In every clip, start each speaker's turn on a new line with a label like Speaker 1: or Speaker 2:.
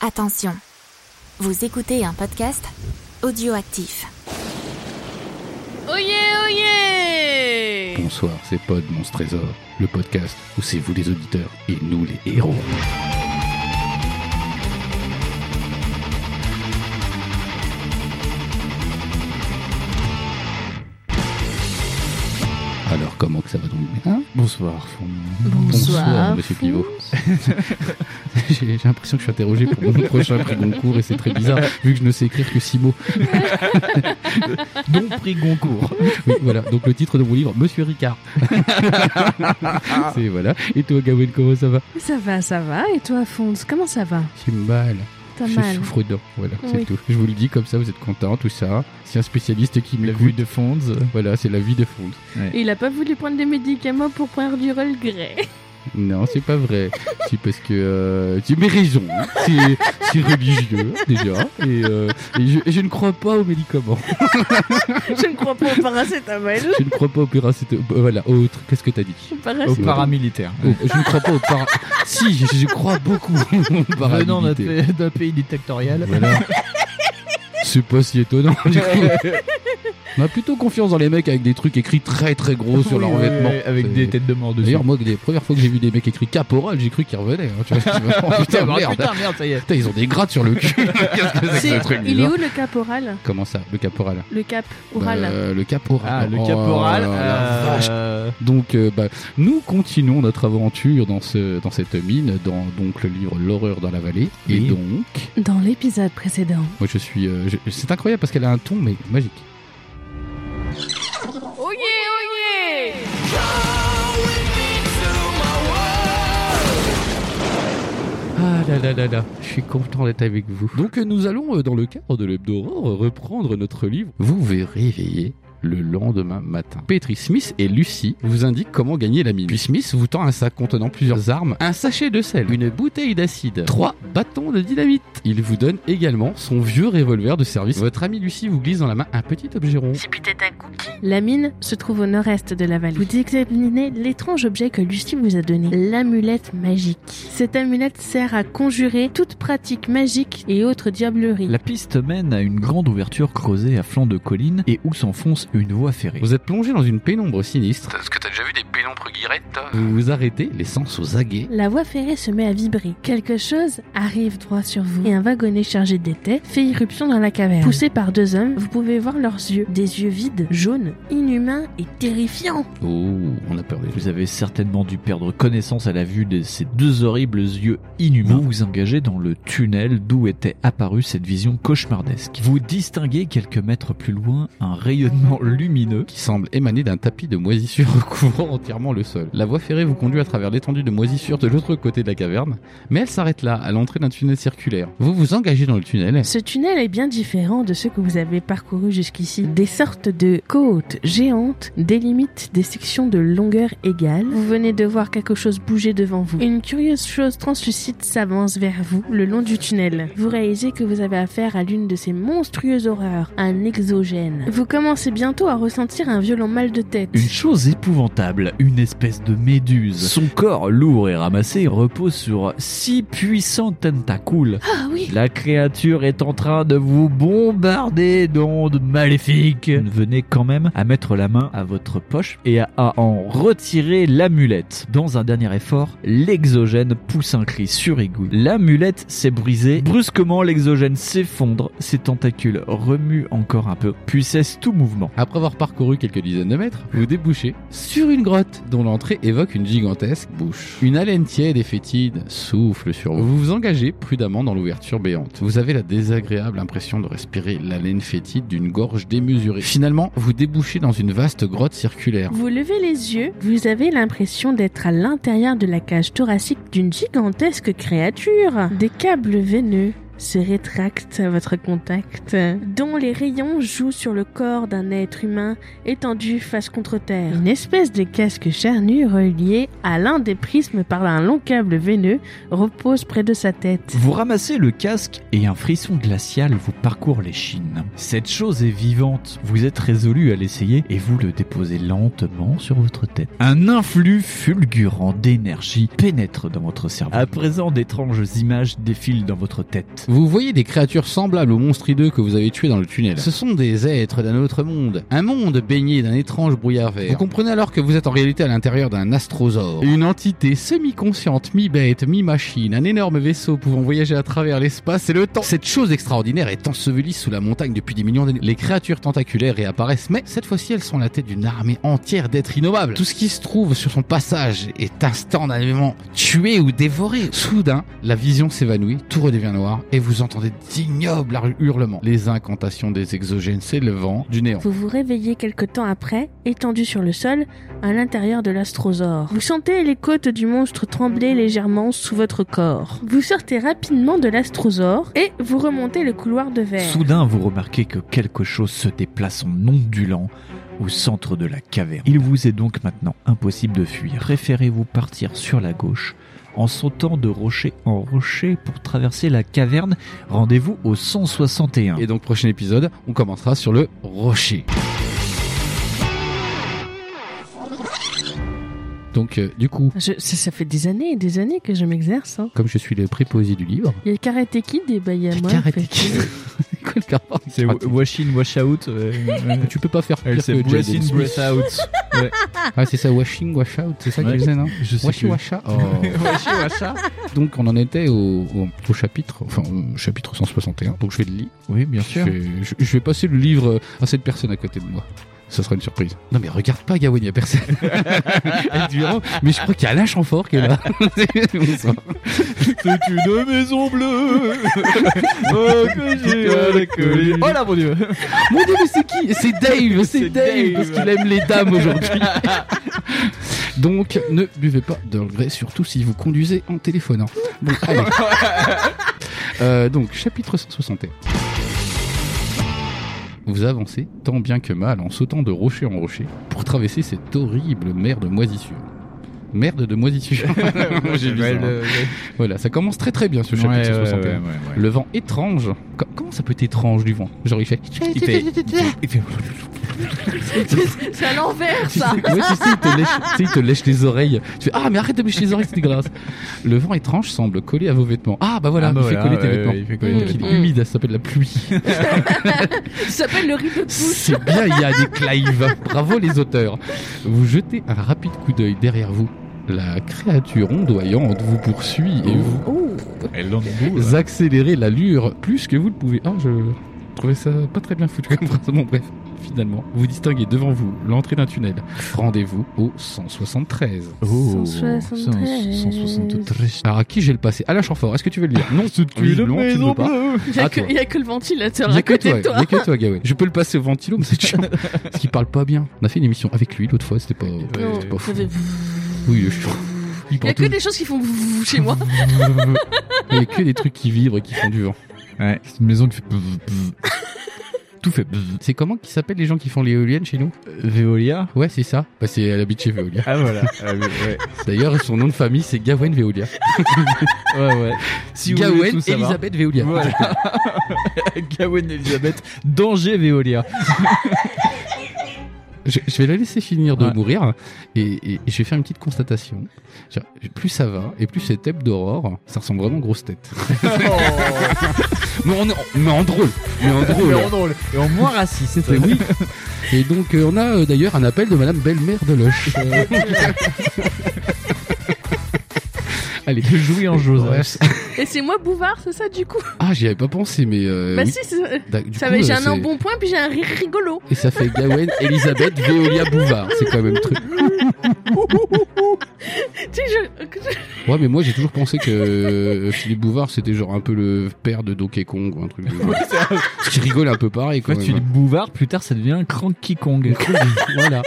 Speaker 1: Attention, vous écoutez un podcast audioactif.
Speaker 2: Oyez, oyez
Speaker 3: Bonsoir, c'est Pod Monstre Trésor, le podcast où c'est vous les auditeurs et nous les héros. Alors comment que ça va donc hein Bonsoir Fon. Monsieur Pivot. J'ai j'ai l'impression que je suis interrogé pour mon prochain prix Goncourt et c'est très bizarre vu que je ne sais écrire que six mots.
Speaker 4: Don prix Goncourt.
Speaker 3: Oui, voilà, donc le titre de mon livre, Monsieur Ricard. c'est voilà. Et toi Gawain, comment ça va
Speaker 5: Ça va, ça va. Et toi, Fonz, comment ça va
Speaker 3: J'ai mal.
Speaker 5: Pas
Speaker 3: Je
Speaker 5: mal.
Speaker 3: souffre dents, voilà, c'est
Speaker 5: Oui.
Speaker 3: tout. Je vous le dis comme ça, vous êtes content, tout ça. C'est un spécialiste qui me vu de Fonds. Voilà, c'est la vie de Fonds.
Speaker 5: Et il a pas voulu prendre des médicaments pour prendre du regret.
Speaker 3: Non, c'est pas vrai. c'est parce que euh, tu mes raisons. C'est, c'est religieux déjà, et, euh, et je, et je ne crois pas aux médicaments.
Speaker 5: Je ne crois pas au paracétamol.
Speaker 3: Je ne crois pas au paracétamol. euh, bah, Voilà, autre. Qu'est-ce que t'as dit
Speaker 5: Paracétamol.
Speaker 3: Oh.
Speaker 4: Paramilitaire.
Speaker 3: Oh, Je ne crois pas au para. si, je, je crois beaucoup au
Speaker 4: Venant d'un
Speaker 3: paracétamol.
Speaker 4: pays- d'un pays dictatorial.
Speaker 3: Voilà. C'est pas si étonnant. du coup. On a plutôt confiance dans les mecs avec des trucs écrits très très gros sur
Speaker 4: Oui,
Speaker 3: leurs
Speaker 4: oui,
Speaker 3: vêtements.
Speaker 4: oui, Avec
Speaker 3: C'est-
Speaker 4: des têtes de mort dessus.
Speaker 3: D'ailleurs, moi, les premières fois que j'ai vu des mecs écrits caporal, j'ai cru qu'ils revenaient. hein, tu vois, je me suis dit,
Speaker 4: Ah,
Speaker 3: oh, putain,
Speaker 4: bah,
Speaker 3: merde.
Speaker 4: putain, merde, ça y est.
Speaker 3: Putain, ils ont des grattes sur le cul. Qu'est-ce que c'est que ce truc
Speaker 5: Il est
Speaker 3: bizarre
Speaker 5: où le caporal
Speaker 3: Comment ça, le caporal
Speaker 5: Le cap oral.
Speaker 3: Bah, euh, Le caporal.
Speaker 4: Ah, le
Speaker 3: Oh,
Speaker 4: caporal.
Speaker 3: la
Speaker 4: euh,
Speaker 3: vache. Donc, euh, bah, nous continuons notre aventure dans, ce, dans cette mine, dans donc le livre L'horreur dans la vallée. Et
Speaker 4: Oui.
Speaker 3: donc,
Speaker 5: Dans l'épisode précédent.
Speaker 3: moi je suis. euh, je- c'est incroyable parce qu'elle a un ton, mais magique.
Speaker 2: Oyez, oyez
Speaker 3: Ah là là là là, je suis content d'être avec vous. Donc euh, nous allons, euh, dans le cadre de l'hebdo Aurore, euh, reprendre notre livre Vous verrez réveiller le lendemain matin. Petrie Smith et Lucie vous indiquent comment gagner la mine. Puis Smith vous tend un sac contenant plusieurs armes, un sachet de sel, une bouteille d'acide, trois bâtons de dynamite. Il vous donne également son vieux revolver de service. Votre amie Lucie vous glisse dans la main un petit objet rond.
Speaker 2: C'est peut-être un coup.
Speaker 5: La mine se trouve au nord-est de la vallée. Vous examinez l'étrange objet que Lucie vous a donné, l'amulette magique. Cette amulette sert à conjurer toute pratique magique et autres diableries.
Speaker 4: La piste mène à une grande ouverture creusée à flanc de colline et où s'enfonce une voie ferrée.
Speaker 3: Vous êtes plongé dans une pénombre sinistre. Est-ce que t'as déjà vu des pénombres guirettes Vous vous arrêtez, les sens aux aguets.
Speaker 5: La voie ferrée se met à vibrer. Quelque chose arrive droit sur vous et un wagonnet chargé d'étais fait irruption dans la caverne. Poussé par deux hommes, vous pouvez voir leurs yeux. Des yeux vides, jaunes, inhumains et terrifiants.
Speaker 3: Oh, on a peur des
Speaker 4: Vous avez certainement dû perdre connaissance à la vue de ces deux horribles yeux inhumains. Vous vous engagez dans le tunnel d'où était apparue cette vision cauchemardesque. Vous distinguez quelques mètres plus loin un rayonnement lumineux.
Speaker 3: qui semble émaner d'un tapis de moisissures recouvrant entièrement le sol. La voie ferrée vous conduit à travers l'étendue de moisissures de l'autre côté de la caverne, mais elle s'arrête là, à l'entrée d'un tunnel circulaire. Vous vous engagez dans le tunnel.
Speaker 5: Ce tunnel est bien différent de ceux que vous avez parcourus jusqu'ici. Des sortes de côtes géantes délimitent des sections de longueur égale. Vous venez de voir quelque chose bouger devant vous. Une curieuse chose translucide s'avance vers vous le long du tunnel. Vous réalisez que vous avez affaire à l'une de ces monstrueuses horreurs, un exogène. Vous commencez bientôt à ressentir un violent mal de tête.
Speaker 4: Une chose épouvantable, une espèce de méduse. Son corps, lourd et ramassé, repose sur six puissants tentacules.
Speaker 5: Ah oui
Speaker 4: La créature est en train de vous bombarder d'ondes maléfiques. Venez quand même à mettre la main à votre poche et à, à en retirer l'amulette. Dans un dernier effort, l'exogène pousse un cri surigoui. L'amulette s'est brisée. Brusquement, l'exogène s'effondre. Ses tentacules remuent encore un peu, puis cesse tout mouvement.
Speaker 3: Après avoir parcouru quelques dizaines de mètres, vous débouchez sur une grotte dont l'entrée évoque une gigantesque bouche. Une haleine tiède et fétide souffle sur vous. Vous vous engagez prudemment dans l'ouverture béante. Vous avez la désagréable impression de respirer l'haleine fétide d'une gorge démesurée. Finalement, vous débouchez dans une vaste grotte circulaire.
Speaker 5: Vous levez les yeux, vous avez l'impression d'être à l'intérieur de la cage thoracique d'une gigantesque créature. Des câbles veineux se rétracte à votre contact, euh, dont les rayons jouent sur le corps d'un être humain étendu face contre terre. Une espèce de casque charnu relié à l'un des prismes par un long câble veineux repose près de sa tête.
Speaker 4: Vous ramassez le casque et un frisson glacial vous parcourt les chines. Cette chose est vivante, vous êtes résolu à l'essayer et vous le déposez lentement sur votre tête. Un influx fulgurant d'énergie pénètre dans votre cerveau. À présent, d'étranges images défilent dans votre tête.
Speaker 3: Vous voyez des créatures semblables aux monstres hideux que vous avez tués dans le tunnel. Ce sont des êtres d'un autre monde, un monde baigné d'un étrange brouillard vert. Vous comprenez alors que vous êtes en réalité à l'intérieur d'un astrosaure, une entité semi-consciente, mi-bête, mi-machine, un énorme vaisseau pouvant voyager à travers l'espace et le temps. Cette chose extraordinaire est ensevelie sous la montagne depuis des millions d'années. Les créatures tentaculaires réapparaissent, mais cette fois-ci elles sont à la tête d'une armée entière d'êtres innommables. Tout ce qui se trouve sur son passage est instantanément tué ou dévoré. Soudain, la vision s'évanouit, tout redevient noir et vous entendez d'ignobles hur- hurlements, les incantations des exogènes s'élevant du néant.
Speaker 5: Vous vous réveillez quelque temps après, étendu sur le sol, à l'intérieur de l'astrosaure. Vous sentez les côtes du monstre trembler légèrement sous votre corps. Vous sortez rapidement de l'astrosaure et vous remontez le couloir de verre.
Speaker 4: Soudain, vous remarquez que quelque chose se déplace en ondulant au centre de la caverne. Il vous est donc maintenant impossible de fuir. Préférez-vous partir sur la gauche en sautant de rocher en rocher pour traverser la caverne. Rendez-vous au 161.
Speaker 3: Et donc prochain épisode, on commencera sur le rocher. Donc euh, du coup,
Speaker 5: Je- ça, ça fait des années et des années que je m'exerce. hein.
Speaker 3: comme je suis le préposé du livre,
Speaker 5: Il y a Karate Kid et Bayama.
Speaker 3: Karate Kid. C'est quoi le rapport avec
Speaker 4: C'est
Speaker 3: Karate Kid
Speaker 4: wash in, wash out. euh,
Speaker 3: Tu peux pas faire pire
Speaker 4: c'est
Speaker 3: que
Speaker 4: breath
Speaker 3: Jaden
Speaker 4: in,
Speaker 3: Smith.
Speaker 4: breath out.
Speaker 3: Ah c'est ça, washing, wash out, c'est ça
Speaker 4: Ouais.
Speaker 3: qu'il faisait non
Speaker 4: Je sais
Speaker 3: Washi
Speaker 4: plus.
Speaker 3: washa.
Speaker 4: Wash in, wash out.
Speaker 3: Donc on en était au, au- au chapitre, enfin au chapitre 161. Donc je vais le lire.
Speaker 4: Oui, bien
Speaker 3: Je vais, je- je vais passer le livre à cette personne à côté de moi. Ça sera une surprise. Non mais regarde pas Gawain, il y a personne. Elle dit, oh, mais je crois qu'il y a Alain Chamfort qui est là. Bonsoir.
Speaker 4: C'est une maison bleue. oh, que j'ai à la colline. Oh là, mon dieu.
Speaker 3: Mon dieu mais c'est qui C'est Dave, c'est
Speaker 4: C'est
Speaker 3: Dave,
Speaker 4: Dave.
Speaker 3: parce qu'il aime les dames aujourd'hui. Donc ne buvez pas d'Earl Grey, surtout si vous conduisez en téléphonant. Bon, allez. Euh, donc chapitre 161. Vous avancez tant bien que mal en sautant de rocher en rocher pour traverser cette horrible mer de moisissure. Merde de moisissure. J'ai lu ça, hein.
Speaker 4: euh,
Speaker 3: Voilà, ça commence très très bien ce chapitre 161. Le vent étrange. Co- comment ça peut être étrange du vent Genre il fait.
Speaker 4: Il fait- il fait-
Speaker 2: C'est à l'envers, ça.
Speaker 3: Ouais, tu sais, il te lèche, tu sais, il te lèche les oreilles. Tu fais Ah, mais arrête de me lécher les oreilles, c'est dégueulasse. Le vent étrange semble coller à vos vêtements. Ah, bah voilà,
Speaker 4: Ah, bah
Speaker 3: il fait
Speaker 4: voilà,
Speaker 3: coller tes
Speaker 4: ouais,
Speaker 3: vêtements.
Speaker 4: ouais, Mm. il fait coller tes Mmh.
Speaker 3: Donc, il est
Speaker 2: vêtements.
Speaker 3: humide, ça s'appelle la pluie.
Speaker 2: Ça s'appelle le rideau de bouche.
Speaker 3: C'est bien, il y a des clives. Bravo les auteurs. Vous jetez un rapide coup d'œil derrière vous. La créature ondoyante vous poursuit et vous
Speaker 4: Oh. Elle hein. donne le goût, là.
Speaker 3: accélérez l'allure plus que vous le pouvez. Ah, je trouvais ça pas très bien foutu comme phrase. Bon, bref. Finalement, vous distinguez devant vous l'entrée d'un tunnel. Rendez-vous au 173.
Speaker 4: Oh,
Speaker 5: 173.
Speaker 4: 173.
Speaker 3: Alors à qui j'ai le passé Alain Chanfort, est-ce que tu veux le lire Non,
Speaker 4: Tu
Speaker 3: Oui,
Speaker 4: es le
Speaker 3: non, tu
Speaker 4: maison
Speaker 3: peux pas.
Speaker 4: bleue.
Speaker 5: Il y a,
Speaker 3: À
Speaker 5: que-
Speaker 3: Ah, toi.
Speaker 5: il y a que le ventilateur
Speaker 3: Il y
Speaker 5: à
Speaker 3: a que
Speaker 5: côté
Speaker 3: toi,
Speaker 5: de toi.
Speaker 3: il y a que toi, Gawain. Je peux le passer au ventilo, mais c'est chiant. Parce qu'il parle pas bien. On a fait une émission avec lui l'autre fois, c'était pas.
Speaker 5: Non,
Speaker 3: c'était pas fou.
Speaker 5: ça fait-
Speaker 3: Oui, il est chiant. Il
Speaker 2: Il y
Speaker 3: parle
Speaker 2: a que
Speaker 3: tout-
Speaker 2: des choses qui font vvv chez moi.
Speaker 3: Il y a que des trucs qui vibrent et qui font du vent.
Speaker 4: Ouais, c'est une maison qui fait. bzz, bzz. Tout fait. bzz.
Speaker 3: C'est comment qui s'appellent les gens qui font les éoliennes chez nous
Speaker 4: Veolia
Speaker 3: Ouais, c'est ça. Bah, c'est elle habite chez Veolia.
Speaker 4: Ah voilà. Ah, oui, ouais.
Speaker 3: D'ailleurs, son nom de famille, c'est Gawain Veolia.
Speaker 4: ouais, ouais. Si vous voulez
Speaker 3: Gawain
Speaker 4: tout savoir.
Speaker 3: Elisabeth Veolia.
Speaker 4: Voilà. Gawain Elisabeth, danger Veolia.
Speaker 3: Je, je vais la laisser finir de
Speaker 4: Ouais.
Speaker 3: mourir et, et- et je vais faire une petite constatation. Je- Plus ça va et plus cette tête d'aurore, ça ressemble vraiment à grosse tête. mais, en, mais en drôle. Mais en drôle.
Speaker 4: drôle. Et en moins raciste.
Speaker 3: Mais oui. Et donc, euh, on a euh, d'ailleurs un appel de Madame Belle-Mère de Loche. Euh, Allez.
Speaker 4: Jouis
Speaker 3: hein,
Speaker 4: en Joseph.
Speaker 5: Et c'est moi Bouvard, c'est ça du coup
Speaker 3: Ah, j'y avais pas pensé, mais. euh,
Speaker 5: Bah
Speaker 3: oui.
Speaker 5: si, c'est-
Speaker 3: Da- du
Speaker 5: ça
Speaker 3: coup,
Speaker 5: va,
Speaker 3: euh,
Speaker 5: j'ai un
Speaker 3: c'est-
Speaker 5: bon point puis j'ai un rire rigolo.
Speaker 3: Et ça fait Gawen, Elisabeth, Veolia, Bouvard. C'est quand même le truc.
Speaker 5: Tu sais, je- que-
Speaker 3: Ouais, mais moi j'ai toujours pensé que euh, Philippe Bouvard c'était genre un peu le père de Donkey Kong ou un truc. De... Ce qui rigole un peu pareil
Speaker 4: En
Speaker 3: quoi.
Speaker 4: fait, Philippe Bouvard, plus tard, ça devient Cranky Kong.
Speaker 3: hein. voilà.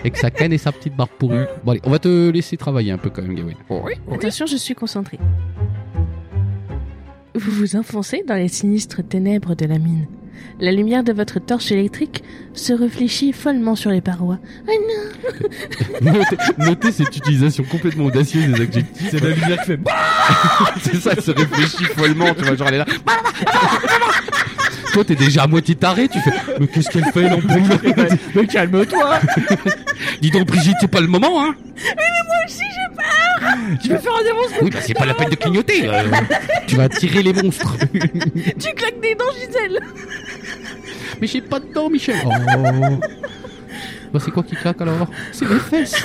Speaker 3: Avec sa canne et sa petite barbe pourrue. Bon allez, on va te laisser travailler un peu quand même, Gawain.
Speaker 5: Attention, je suis concentrée. Vous vous enfoncez dans les sinistres ténèbres de la mine. La lumière de votre torche électrique se réfléchit follement sur les parois.
Speaker 3: Notez, notez cette utilisation complètement audacieuse des adjectifs.
Speaker 4: C'est la lumière qui fait.
Speaker 3: C'est ça, elle se réfléchit follement, tu vois, genre elle est là. bah, Toi, t'es déjà à moitié taré, tu fais. Mais qu'est-ce qu'elle fait, l'ampoule
Speaker 4: Mais calme-toi
Speaker 3: Dis donc, Brigitte, c'est pas le moment, hein
Speaker 4: Tu veux faire un démon
Speaker 3: Oui, bah c'est pas la peine de clignoter. euh, tu vas attirer les monstres.
Speaker 5: Tu claques des dents, Gisèle
Speaker 3: Mais j'ai pas de dents, Michel. Oh. Bah, c'est quoi qui claque alors C'est mes fesses.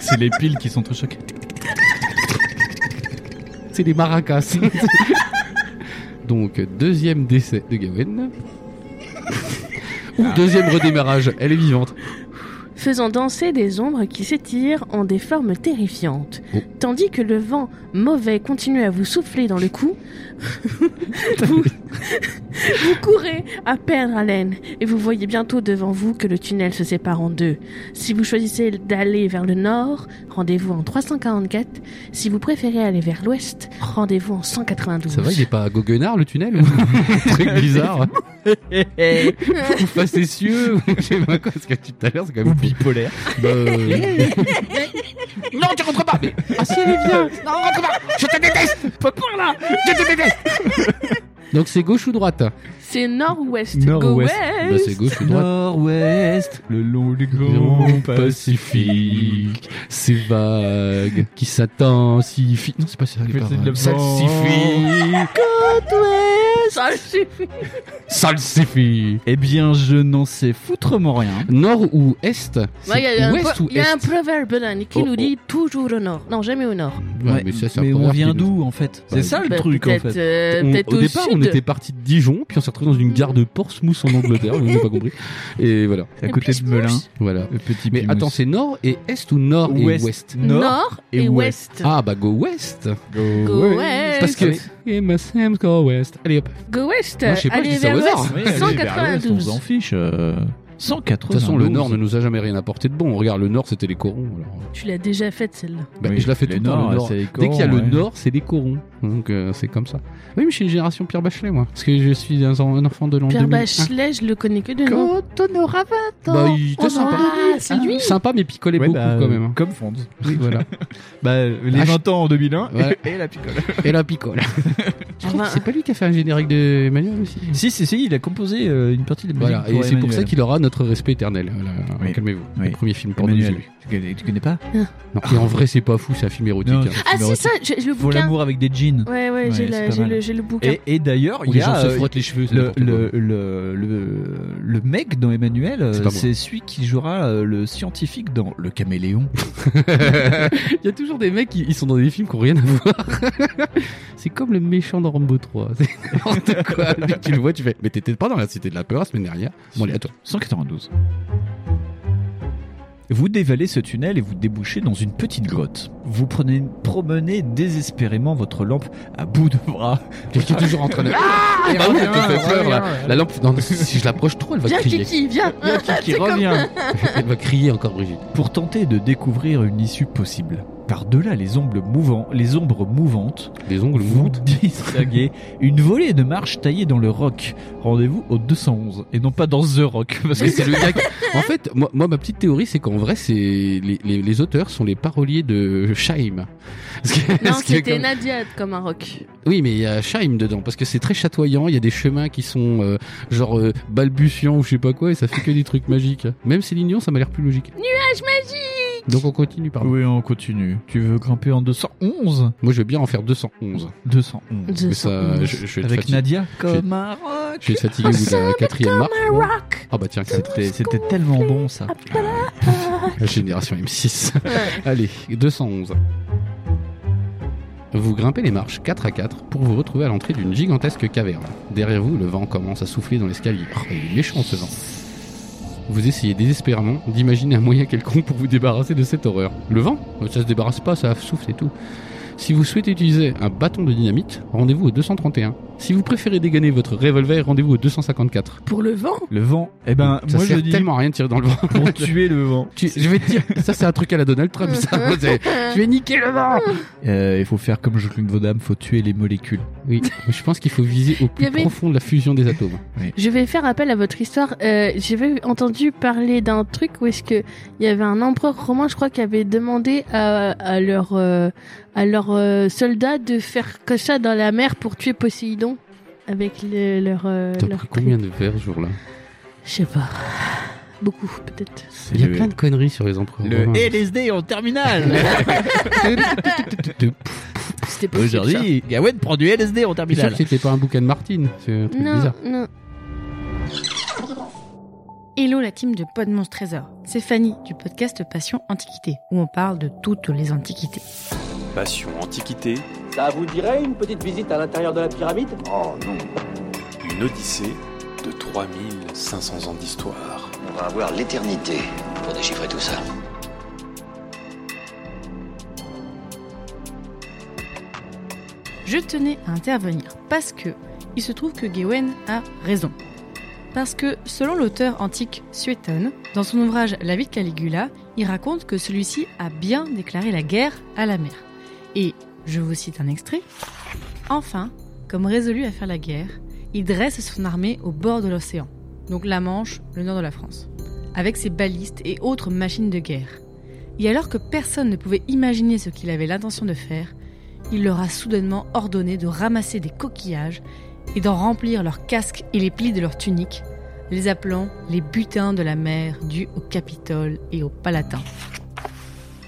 Speaker 6: C'est les piles qui sont trop choquées.
Speaker 3: C'est des maracas. Donc, deuxième décès de Gawen. Ou deuxième redémarrage. Elle est vivante.
Speaker 5: faisant danser des ombres qui s'étirent en des formes terrifiantes.
Speaker 3: Oh.
Speaker 5: Tandis que le vent mauvais continue à vous souffler dans le cou, vous, vous courez à perdre haleine et vous voyez bientôt devant vous que le tunnel se sépare en deux. Si vous choisissez d'aller vers le nord, rendez-vous en 344. Si vous préférez aller vers l'ouest, rendez-vous en 192.
Speaker 3: Ça va, il est pas goguenard le tunnel Truc
Speaker 4: hein.
Speaker 3: bizarre. ou facétieux, ou je sais pas quoi, parce que tout à l'heure, c'est quand même
Speaker 4: bipolaire.
Speaker 3: Bah, euh,
Speaker 2: Non, tu rentres pas.
Speaker 3: Ah si, elle est bien
Speaker 2: Non, rentre pas.
Speaker 3: Je te déteste Pas par là Je te déteste Donc c'est gauche ou droite
Speaker 5: C'est nord-ouest.
Speaker 4: Nord-ouest.
Speaker 5: Go
Speaker 3: Bah c'est gauche ou droite
Speaker 4: Nord-ouest, le long du
Speaker 3: Océan
Speaker 4: grand
Speaker 3: Pacifique, ces vagues qui s'intensifient. Non, c'est pas ça.
Speaker 4: Mais c'est de la
Speaker 3: Salsifie,
Speaker 5: west. Ça suffit.
Speaker 3: salsifie.
Speaker 4: Eh bien, je n'en sais foutrement rien.
Speaker 3: Nord ou est C'est
Speaker 5: Ouais, Il y a, un
Speaker 3: Ouest
Speaker 5: pro-
Speaker 3: ou
Speaker 5: il y a un
Speaker 3: est
Speaker 5: proverbe là, qui
Speaker 3: Oh,
Speaker 5: nous dit toujours au nord. Non, jamais au nord.
Speaker 3: Ouais, Mais, ça, c'est un
Speaker 4: mais on
Speaker 3: proverbe
Speaker 4: vient
Speaker 3: qui nous-
Speaker 4: d'où en fait
Speaker 3: Bah,
Speaker 4: C'est ça le
Speaker 5: Bah,
Speaker 4: truc en
Speaker 5: peut-être,
Speaker 4: fait.
Speaker 5: euh,
Speaker 3: On-
Speaker 5: peut-être
Speaker 3: au
Speaker 5: au
Speaker 3: départ,
Speaker 5: sud.
Speaker 3: on était parti de Dijon, puis on s'est retrouvé dans une gare de Portsmouth en Angleterre, on n'a pas compris. Et voilà,
Speaker 5: euh,
Speaker 4: C'est à côté de Melun.
Speaker 3: voilà.
Speaker 4: Le petit
Speaker 3: Mais attends, c'est nord et est ou nord
Speaker 4: Ouest.
Speaker 3: et ouest
Speaker 5: Nord,
Speaker 4: Nord.
Speaker 5: et,
Speaker 4: et
Speaker 5: ouest.
Speaker 3: Ah bah go west
Speaker 5: Go west.
Speaker 3: Parce que...
Speaker 4: Ah
Speaker 3: It must seem go west. Allez hop.
Speaker 5: Go west.
Speaker 3: Moi, je sais pas, je
Speaker 5: allez
Speaker 3: dis ça
Speaker 5: vers
Speaker 3: au
Speaker 5: l'ouest.
Speaker 3: hasard.
Speaker 4: Oui, allez, vers l'ouest, On
Speaker 5: 192.
Speaker 4: s'en fiche. euh, 192.
Speaker 3: De toute façon, le nord ne nous a jamais rien apporté de bon. On regarde, le nord, c'était les corons. alors.
Speaker 5: Tu l'as déjà faite celle-là.
Speaker 3: Bah,
Speaker 4: Oui,
Speaker 3: je la fais tout
Speaker 4: les
Speaker 3: le temps,
Speaker 4: Nords,
Speaker 3: le nord.
Speaker 4: c'est les
Speaker 3: Dès qu'il y a
Speaker 4: corons,
Speaker 3: le
Speaker 4: ouais.
Speaker 3: nord, c'est les corons. Donc euh, c'est comme ça. Oui, mais je suis une génération Pierre Bachelet, moi. Parce que je suis un, un enfant de l'an
Speaker 5: Pierre
Speaker 3: 2001.
Speaker 5: Bachelet, je le connais que de nom.
Speaker 2: Quand on aura 20
Speaker 3: Bah,
Speaker 2: ans.
Speaker 3: il était
Speaker 2: on
Speaker 3: sympa.
Speaker 2: aura-
Speaker 5: Ah, c'est lui.
Speaker 3: Sympa, mais picolait
Speaker 4: Ouais,
Speaker 3: beaucoup
Speaker 4: bah,
Speaker 3: quand même. hein.
Speaker 4: Comme Fonds.
Speaker 3: Oui, voilà.
Speaker 4: Bah, les
Speaker 3: Ah, je-
Speaker 4: 20 ans en 2001
Speaker 3: Ouais.
Speaker 4: et la picole.
Speaker 3: Et la picole. Je crois que
Speaker 5: Enfin,
Speaker 3: c'est pas lui qui a fait un générique de Emmanuel aussi.
Speaker 4: Si, si, si, il a composé euh, une partie de la
Speaker 3: Voilà,
Speaker 4: musique
Speaker 3: et c'est pour ça
Speaker 4: Emmanuel.
Speaker 3: qu'il aura notre respect éternel. Voilà,
Speaker 4: Oui.
Speaker 3: Calmez-vous.
Speaker 4: Oui.
Speaker 3: Le premier film porno que j'ai
Speaker 4: Emmanuel.
Speaker 3: vu.
Speaker 4: Tu connais, tu connais pas
Speaker 3: Non, Et en vrai, c'est pas fou, c'est un film érotique.
Speaker 4: Non,
Speaker 3: hein.
Speaker 4: c'est
Speaker 5: Ah,
Speaker 4: numéro
Speaker 5: si, ça, j'ai j'ai le
Speaker 4: Faut
Speaker 5: bouquin.
Speaker 4: l'amour avec des jeans.
Speaker 5: Ouais, ouais, j'ai
Speaker 4: Ouais, c'est
Speaker 5: la-
Speaker 4: pas
Speaker 5: j'ai
Speaker 4: mal.
Speaker 5: le, j'ai le bouquin.
Speaker 4: Et, et d'ailleurs,
Speaker 3: Où
Speaker 4: il
Speaker 3: les
Speaker 4: y
Speaker 3: gens
Speaker 4: a
Speaker 3: se
Speaker 4: euh,
Speaker 3: frottent les cheveux. c'est
Speaker 4: le,
Speaker 3: n'importe quoi.
Speaker 4: le, le, le, le mec dans Emmanuel, euh,
Speaker 3: C'est pas moi.
Speaker 4: c'est celui qui jouera euh, le scientifique dans Le Caméléon.
Speaker 3: Il y a toujours des mecs qui ils sont dans des films qui ont rien à voir. c'est comme le méchant dans Rambo 3. C'est n'importe quoi. Lui, tu le vois, tu fais. Mais t'étais pas dans la cité de la peur la semaine dernière. Bon, allez, à toi.
Speaker 4: 192. Vous dévalez ce tunnel et vous débouchez dans une petite grotte. Vous prenez, promenez désespérément votre lampe à bout de bras.
Speaker 5: Ah,
Speaker 3: Je suis toujours en train de. Ah, bah oui, elle te fait peur là. La lampe. Non, non, si je l'approche trop, elle va
Speaker 5: Viens,
Speaker 3: crier.
Speaker 5: Kiki, viens.
Speaker 4: qui
Speaker 5: Ah, C'est comme-
Speaker 4: revient
Speaker 3: Elle va crier encore, Brigitte.
Speaker 4: pour tenter de découvrir une issue possible. Par-delà les ombres mouvants, les ombres mouvantes,
Speaker 3: Les ongles
Speaker 4: vous
Speaker 3: montent.
Speaker 4: distinguez une volée de marches taillées dans le roc. Rendez-vous au 211 et non pas dans The Rock parce que
Speaker 3: Mais c'est le gars. qui- En fait, moi, moi, ma petite théorie, c'est qu'en vrai, c'est les, les, les auteurs sont les paroliers de Shaim. Parce que-
Speaker 5: Non,
Speaker 3: parce que
Speaker 5: c'était
Speaker 3: comme-
Speaker 5: Nadia comme un rock.
Speaker 3: Oui, mais il y a Shaim dedans parce que c'est très chatoyant. Il y a des chemins qui sont euh, genre euh, balbutiants ou je sais pas quoi, et ça fait que des trucs magiques. Même Céline Dion, ça m'a l'air plus logique.
Speaker 5: Nuage magique.
Speaker 3: Donc on continue par.
Speaker 4: Oui, on continue. Tu veux grimper en 211
Speaker 3: Moi, je vais bien en faire 211.
Speaker 4: 211.
Speaker 3: Mais ça, je, je vais être
Speaker 4: Avec
Speaker 3: fatigué.
Speaker 4: Nadia
Speaker 3: Comme
Speaker 4: un rock.
Speaker 3: Je vais être fatigué au bout de la quatrième marche.
Speaker 5: Rock.
Speaker 3: Ah bah tiens, quatre.
Speaker 4: C'était c'était tellement bon ça.
Speaker 3: la génération M6.
Speaker 5: Ouais.
Speaker 3: Allez, 211. Vous grimpez les marches 4 à 4 pour vous retrouver à l'entrée d'une gigantesque caverne. Derrière vous, le vent commence à souffler dans l'escalier. Oh, il est méchant ce vent. Vous essayez désespérément d'imaginer un moyen quelconque pour vous débarrasser de cette horreur. Le vent Euh, Ça se débarrasse pas, ça souffle et tout. Si vous souhaitez utiliser un bâton de dynamite, rendez-vous au 231. Si vous préférez dégainer votre revolver, rendez-vous au 254.
Speaker 5: Pour le vent
Speaker 4: Le vent. Eh ben,
Speaker 3: ça
Speaker 4: moi je
Speaker 3: sert
Speaker 4: dis
Speaker 3: tellement à rien de tirer dans le vent.
Speaker 4: pour tuer le vent.
Speaker 3: Tu- je vais te dire, ça c'est un truc à la Donald Trump. Ça. C'est- Je vais niquer le vent.
Speaker 4: Euh, il faut faire comme Jean-Claude Van Damme, faut tuer les molécules.
Speaker 3: Oui, mais je pense qu'il faut viser au
Speaker 5: Il
Speaker 3: plus
Speaker 5: y avait-
Speaker 3: profond de la fusion des atomes.
Speaker 5: Je vais faire appel à votre histoire. Euh, J'avais entendu parler d'un truc où est-ce que il y avait un empereur romain, je crois, qui avait demandé à, à leurs euh, à leurs euh, soldats de faire que ça dans la mer pour tuer Poséidon avec le- leur euh,
Speaker 3: T'as
Speaker 5: leur
Speaker 3: pris combien de verres ce jour-là
Speaker 5: Je sais pas. Beaucoup, peut-être.
Speaker 3: Il y a plein de conneries sur les empereurs.
Speaker 4: Oh.
Speaker 3: romains.
Speaker 4: LSD en terminale
Speaker 5: C'était possible.
Speaker 3: Bah,
Speaker 4: Aujourd'hui, Gawain prend du LSD en
Speaker 3: T'es sûr
Speaker 4: terminale.
Speaker 3: que c'était pas un bouquin de Martine C'est un
Speaker 5: ça.
Speaker 3: truc
Speaker 5: Non,
Speaker 3: bizarre.
Speaker 5: non.
Speaker 7: Hello la team de Podmonstre Trésor, c'est Fanny du podcast Passion Antiquité, où on parle de toutes les antiquités.
Speaker 8: Passion Antiquité,
Speaker 9: Ça vous dirait une petite visite à l'intérieur de la pyramide
Speaker 8: oh non, une odyssée de 3500 ans d'histoire.
Speaker 10: On va avoir l'éternité pour déchiffrer tout ça.
Speaker 7: Je tenais à intervenir parce que il se trouve que Gewen a raison. Parce que selon l'auteur antique Suétone, dans son ouvrage La vie de Caligula, il raconte que celui-ci a bien déclaré la guerre à la mer. Et je vous cite un extrait. Enfin, comme résolu à faire la guerre, il dresse son armée au bord de l'océan, donc la Manche, le nord de la France, avec ses balistes et autres machines de guerre. Et alors que personne ne pouvait imaginer ce qu'il avait l'intention de faire, il leur a soudainement ordonné de ramasser des coquillages et d'en remplir leurs casques et les plis de leurs tuniques, les appelant les butins de la mer dus au Capitole et au Palatin.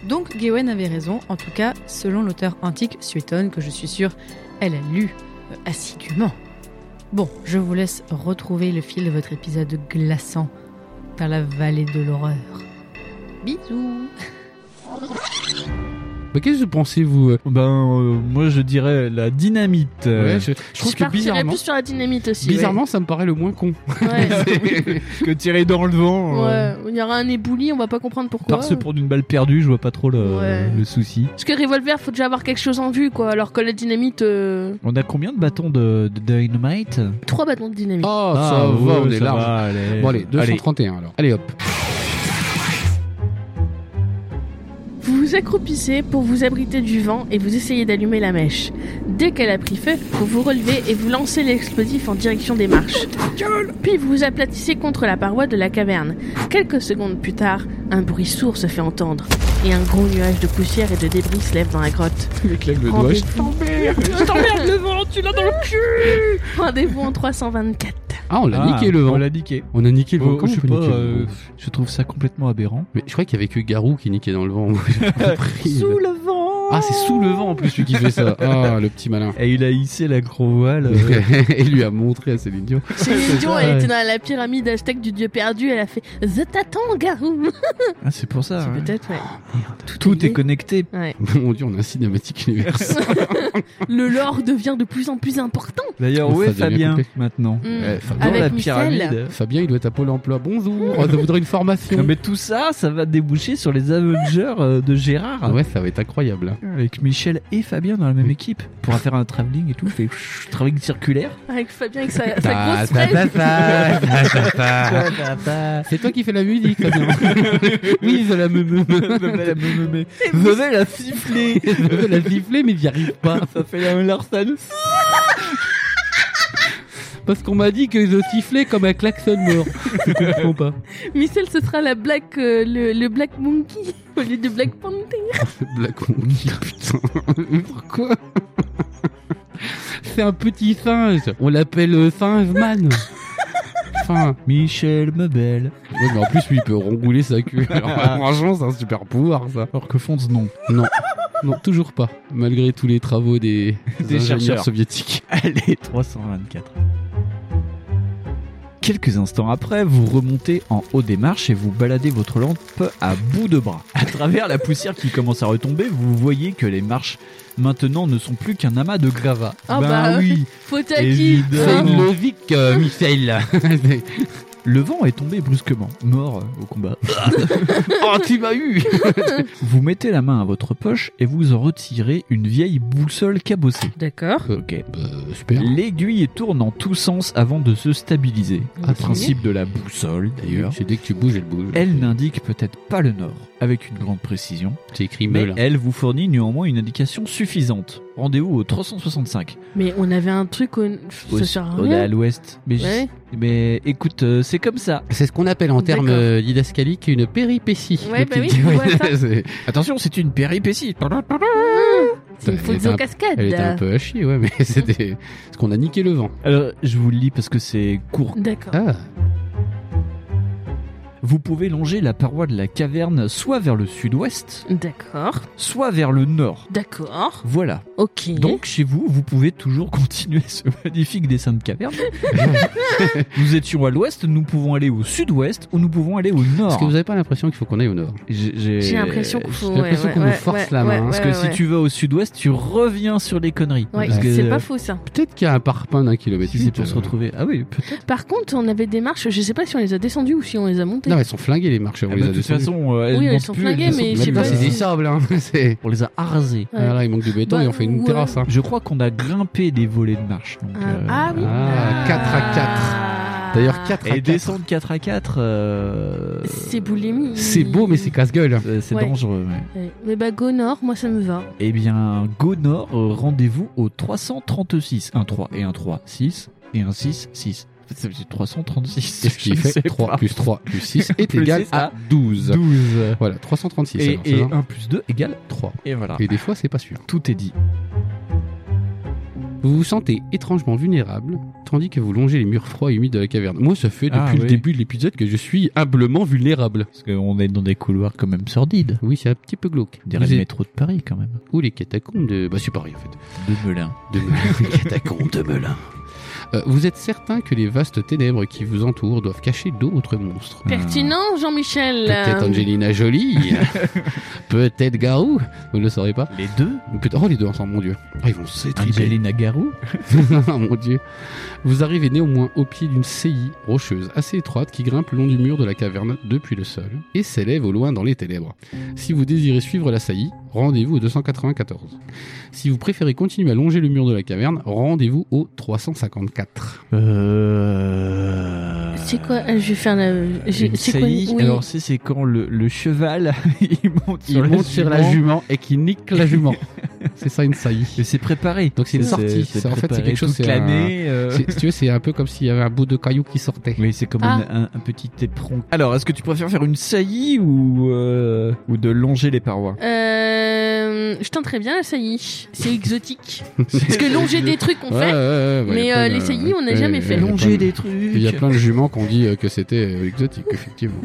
Speaker 7: Donc Gawain avait raison, en tout cas selon l'auteur antique Suétone, que je suis sûre, elle a lu euh, assidûment. Bon, je vous laisse retrouver le fil de votre épisode glaçant dans la vallée de l'horreur. Bisous
Speaker 3: Mais qu'est-ce que vous pensez, vous euh,
Speaker 4: Ben, euh, moi je dirais la dynamite. euh,
Speaker 3: ouais, je, je trouve
Speaker 5: Je
Speaker 3: que
Speaker 5: partirais
Speaker 3: bizarrement,
Speaker 5: plus sur la dynamite aussi. ouais.
Speaker 3: bizarrement ça me paraît le moins con.
Speaker 5: Ouais.
Speaker 3: Ah
Speaker 4: que tirer dans le vent. euh,
Speaker 5: Ouais, il y aura un ébouli, on va pas comprendre pourquoi.
Speaker 4: Par se prendre une balle perdue, je vois pas trop le,
Speaker 5: Ouais.
Speaker 4: le souci.
Speaker 5: Parce que revolver, faut déjà avoir quelque chose en vue, quoi. Alors que la dynamite, euh,
Speaker 4: On a combien de bâtons de, de dynamite Ah,
Speaker 5: trois bâtons de dynamite.
Speaker 3: Oh, ça va, on est large.
Speaker 4: allez.
Speaker 3: Bon, allez, 231 alors. Allez hop.
Speaker 5: Vous vous accroupissez pour vous abriter du vent et vous essayez d'allumer la mèche. Dès qu'elle a pris feu, vous vous relevez et vous lancez l'explosif en direction des marches. Puis vous vous aplatissez contre la paroi de la caverne. Quelques secondes plus tard, un bruit sourd se fait entendre et un gros nuage de poussière et de débris se lève dans la grotte.
Speaker 3: le doigt.
Speaker 5: Rendez-vous- Rendez-vous en 324.
Speaker 3: Ah, on l'a Oh, niqué le
Speaker 4: On
Speaker 3: vent.
Speaker 4: l'a niqué.
Speaker 3: On a niqué le
Speaker 4: Bon,
Speaker 3: vent. Comment
Speaker 4: je
Speaker 3: on peut
Speaker 4: sais pas,
Speaker 3: niquer le
Speaker 4: euh,
Speaker 3: vent
Speaker 4: je trouve ça complètement aberrant.
Speaker 3: Mais je crois qu'il y avait que Garou qui niquait dans le vent. J'ai pas compris.
Speaker 4: le vent
Speaker 3: ah, c'est sous le vent en plus celui qui fait ça. Ah, le petit malin.
Speaker 4: Et il a hissé la voile euh.
Speaker 3: Et Euh, lui a montré à Céline Dion.
Speaker 5: C'est mignon,
Speaker 4: ça,
Speaker 5: elle
Speaker 4: ouais.
Speaker 5: était dans la pyramide aztèque du dieu perdu, elle a fait Je t'attends, Garou
Speaker 4: Ah, c'est pour ça.
Speaker 5: C'est
Speaker 4: ouais.
Speaker 5: peut-être, ouais.
Speaker 4: Tout,
Speaker 5: Tout est
Speaker 4: est connecté.
Speaker 5: Ouais.
Speaker 3: Mon dieu, on a un cinématique universe.
Speaker 5: Le lore devient de plus en plus important.
Speaker 4: D'ailleurs,
Speaker 3: Ça
Speaker 4: où est
Speaker 3: devient
Speaker 4: Fabien
Speaker 3: complet.
Speaker 4: maintenant
Speaker 5: Mm.
Speaker 3: Ouais, Fabien, euh,
Speaker 4: Dans
Speaker 5: Avec
Speaker 4: la
Speaker 5: Michel.
Speaker 4: pyramide.
Speaker 3: Fabien, il doit être à Pôle emploi. Bonjour, on voudrait une
Speaker 4: Non,
Speaker 3: formation.
Speaker 4: mais tout ça, ça va déboucher sur les Avengers euh, de Gérard.
Speaker 3: Ah Ouais, ça va être incroyable. hein.
Speaker 4: Avec Michel et Fabien dans la même équipe. On pourra faire un travelling et tout. Fait travelling circulaire.
Speaker 5: Avec Fabien avec sa, sa
Speaker 3: Ta,
Speaker 5: grosse
Speaker 3: ta, ta,
Speaker 5: fraise.
Speaker 3: ta, ta, ta, ta. C'est toi qui fais la musique, Fabien. oui, je la me me me.
Speaker 4: Venez la siffler.
Speaker 3: Je veux la gifler, mais j'y arrive pas.
Speaker 4: Ça fait la Larson.
Speaker 3: Parce qu'on m'a dit que je sifflais comme un klaxon mort. Je comprends pas.
Speaker 5: Michel, ce sera la Black, euh, le, le Black Monkey au lieu de Black Panther.
Speaker 3: Black Monkey, putain. Pourquoi C'est un petit singe. On l'appelle euh, Singe Man. Enfin,
Speaker 4: Michel Mebel.
Speaker 3: ouais, mais en plus, lui, il peut rongouler sa queue. Alors, franchement, c'est un super pouvoir, ça.
Speaker 4: Alors que Fonz, non.
Speaker 3: Non. Non, toujours pas. Malgré tous les travaux des,
Speaker 4: Des
Speaker 3: ingénieurs
Speaker 4: chercheurs.
Speaker 3: soviétiques.
Speaker 4: Allez, 324. Quelques instants après, vous remontez en haut des marches et vous baladez votre lampe à bout de bras. À travers la poussière qui commence à retomber, vous voyez que les marches maintenant ne sont plus qu'un amas de gravats.
Speaker 5: Ah
Speaker 4: ben
Speaker 5: bah,
Speaker 4: oui,
Speaker 5: Faut qui
Speaker 4: Évidemment.
Speaker 5: Hein
Speaker 3: Vic, euh, Michel.
Speaker 4: le vent est tombé brusquement, mort euh, au combat.
Speaker 3: oh, tu m'as eu
Speaker 4: Vous mettez la main à votre poche et vous en retirez une vieille boussole cabossée.
Speaker 7: D'accord.
Speaker 4: Ok.
Speaker 3: Bah, super.
Speaker 4: L'aiguille tourne en tous sens avant de se stabiliser.
Speaker 3: Ah,
Speaker 4: Le
Speaker 3: c'est
Speaker 4: principe de la boussole, d'ailleurs.
Speaker 3: C'est dès que tu bouges, elle bouge.
Speaker 4: Elle n'indique peut-être pas le nord, avec une grande précision,
Speaker 3: C'est écrit
Speaker 4: mais
Speaker 3: meule.
Speaker 4: elle vous fournit néanmoins une indication suffisante. Rendez-vous au 365.
Speaker 5: Mais on avait un truc. Au...
Speaker 4: Au-
Speaker 5: Ça sert à
Speaker 4: au-
Speaker 5: rien.
Speaker 4: à l'ouest. Mais, je-
Speaker 5: Ouais.
Speaker 4: mais écoute, euh, c'est comme ça.
Speaker 3: eh, C'est ce qu'on appelle en termes
Speaker 5: D'accord.
Speaker 3: euh, didascaliques une péripétie.
Speaker 5: Ouais,
Speaker 3: Les
Speaker 5: bah oui,
Speaker 3: petites-
Speaker 5: je vois ça.
Speaker 3: c'est-
Speaker 4: Attention, c'est une péripétie.
Speaker 5: C'est une
Speaker 3: Elle
Speaker 5: faute
Speaker 3: était
Speaker 5: aux
Speaker 3: un-
Speaker 5: cascades.
Speaker 3: Elle était un peu à chier, ouais, mais c'était ce qu'on a niqué le vent.
Speaker 4: Alors, je vous le lis parce que c'est court.
Speaker 5: D'accord.
Speaker 3: Ah,
Speaker 4: Vous pouvez longer la paroi de la caverne soit vers le sud-ouest,
Speaker 5: D'accord.
Speaker 4: soit vers le nord.
Speaker 5: D'accord.
Speaker 4: Voilà.
Speaker 5: Ok.
Speaker 4: Donc chez vous, vous pouvez toujours continuer ce magnifique dessin de caverne. nous étions à l'ouest, nous pouvons aller au sud-ouest ou nous pouvons aller au
Speaker 3: est-ce
Speaker 4: nord.
Speaker 3: que vous avez pas l'impression qu'il faut qu'on aille au nord
Speaker 5: J'ai l'impression qu'il faut.
Speaker 3: euh, j'ai l'impression
Speaker 5: ouais,
Speaker 3: qu'on
Speaker 5: ouais,
Speaker 3: nous force
Speaker 5: ouais,
Speaker 3: la main,
Speaker 5: ouais,
Speaker 3: hein,
Speaker 4: Parce
Speaker 5: ouais,
Speaker 4: que
Speaker 5: ouais.
Speaker 4: si tu vas au sud-ouest, tu reviens sur les conneries.
Speaker 5: Ouais,
Speaker 4: Parce que- euh,
Speaker 5: c'est pas faux ça.
Speaker 3: Peut-être qu'il y a un parpaing d'un kilomètre.
Speaker 4: Si c'est
Speaker 3: huit,
Speaker 4: pour se
Speaker 3: euh,
Speaker 4: retrouver. Ah oui, peut-être.
Speaker 5: Par contre, on avait des marches, je sais pas si on les a descendues ou si on les a montées.
Speaker 3: Non, elles sont flinguées les marcheurs. on
Speaker 4: Ah
Speaker 3: les
Speaker 4: bah,
Speaker 3: a
Speaker 4: de toute
Speaker 3: descendues.
Speaker 4: façon, euh, elles
Speaker 5: Oui, elles
Speaker 4: montent
Speaker 5: sont
Speaker 4: plus,
Speaker 5: flinguées,
Speaker 4: elles sont-
Speaker 5: mais
Speaker 3: Même
Speaker 5: je sais
Speaker 3: pas,
Speaker 5: pas
Speaker 3: c'est
Speaker 5: si-
Speaker 3: des sables, hein. c'est-
Speaker 4: On les a arasées.
Speaker 5: Ouais.
Speaker 3: Ah là, il manque du béton
Speaker 5: Bah,
Speaker 3: et on fait une
Speaker 5: ouais.
Speaker 3: terrasse. hein.
Speaker 4: Je crois qu'on a grimpé des volets de marche. donc,
Speaker 5: Ah,
Speaker 4: euh,
Speaker 5: ah oui. Ah.
Speaker 3: Ah, 4 à 4. D'ailleurs, 4 à
Speaker 4: Et
Speaker 3: 4.
Speaker 4: descendre 4 à 4, euh,
Speaker 5: C'est boulimie.
Speaker 3: C'est beau, mais c'est casse-gueule.
Speaker 4: euh, c'est
Speaker 5: Ouais.
Speaker 4: dangereux. ouais.
Speaker 5: Ouais. Mais bah, go nord, moi ça me va.
Speaker 3: Ah.
Speaker 4: Eh bien, go nord, euh, rendez-vous au 336. Un 3 et un 3, 6 et un 6, 6. Ça veut dire 336.
Speaker 3: Et ce qui
Speaker 4: je ne
Speaker 3: fait
Speaker 4: sais
Speaker 3: 3
Speaker 4: pas.
Speaker 3: plus 3 plus ah. 6 est
Speaker 4: Plus
Speaker 3: égal
Speaker 4: six à
Speaker 3: à 12.
Speaker 4: 12.
Speaker 3: Voilà, 336.
Speaker 4: Et,
Speaker 3: alors, ça
Speaker 4: et
Speaker 3: va
Speaker 4: 1 plus 2 égale 3. Et voilà.
Speaker 3: Et des fois, c'est pas sûr.
Speaker 4: Tout est dit.
Speaker 3: Vous vous sentez étrangement vulnérable, tandis que vous longez les murs froids et humides de la caverne. Moi, ça fait depuis
Speaker 4: Ah,
Speaker 3: le
Speaker 4: oui.
Speaker 3: début de l'épisode que je suis humblement vulnérable.
Speaker 4: Parce qu'on est dans des couloirs quand même sordides.
Speaker 3: Oui, c'est un petit peu glauque.
Speaker 4: On dirait
Speaker 3: Vous
Speaker 4: le
Speaker 3: êtes-
Speaker 4: métro de Paris quand même.
Speaker 3: Ou les catacombes de... Bah, c'est pareil, en fait.
Speaker 4: De Melun.
Speaker 3: De Melun. les catacombes de Melun. Euh, vous êtes certain que les vastes ténèbres qui vous entourent doivent cacher d'autres monstres.
Speaker 5: Pertinent, Jean-Michel.
Speaker 3: Peut-être
Speaker 5: Euh,
Speaker 3: Angelina Jolie. Peut-être Garou. Vous ne le saurez pas.
Speaker 4: Les deux
Speaker 3: Peut- oh, les deux ensemble, mon dieu. Ah, ils vont s'étriper.
Speaker 4: Angelina Garou
Speaker 3: Ah, mon dieu. Vous arrivez néanmoins au pied d'une saillie rocheuse assez étroite qui grimpe le long du mur de la caverne depuis le sol et s'élève au loin dans les ténèbres. Si vous désirez suivre la saillie, rendez-vous au 294. Si vous préférez continuer à longer le mur de la caverne, rendez-vous au 354.
Speaker 4: Euh...
Speaker 5: C'est quoi euh, Je vais faire la. je-
Speaker 4: Une
Speaker 5: C'est quoi
Speaker 4: saillie.
Speaker 5: oui.
Speaker 4: Alors c'est c'est quand le, le cheval il monte
Speaker 3: Il
Speaker 4: sur, la,
Speaker 3: monte sur la
Speaker 4: jument.
Speaker 3: jument et qui nique la jument. c'est ça une saillie.
Speaker 4: Et c'est préparé.
Speaker 3: Donc, c'est une sortie.
Speaker 4: c'est
Speaker 3: C'est- en fait, c'est
Speaker 4: préparé
Speaker 3: quelque chose,
Speaker 4: toute
Speaker 3: c'est un-
Speaker 4: l'année, euh,
Speaker 3: C'est- Si tu veux, c'est un peu comme s'il y avait un bout de caillou qui sortait.
Speaker 4: Mais c'est comme
Speaker 5: Ah.
Speaker 4: un, un- un petit éperon. Alors, est-ce que tu préfères faire une saillie ou euh, ou de longer les parois
Speaker 5: Euh, je tenterais bien la saillie. C'est exotique. Parce que longer des trucs, on
Speaker 3: Ouais,
Speaker 5: fait.
Speaker 3: ouais, ouais, ouais,
Speaker 5: mais,
Speaker 3: il y a
Speaker 5: euh,
Speaker 3: plein
Speaker 5: les
Speaker 3: de-
Speaker 5: saillies, on n'a jamais fait.
Speaker 3: il y a plein de-
Speaker 4: trucs.
Speaker 3: Il y a plein de juments qu'on dit euh, que c'était euh, exotique, effectivement.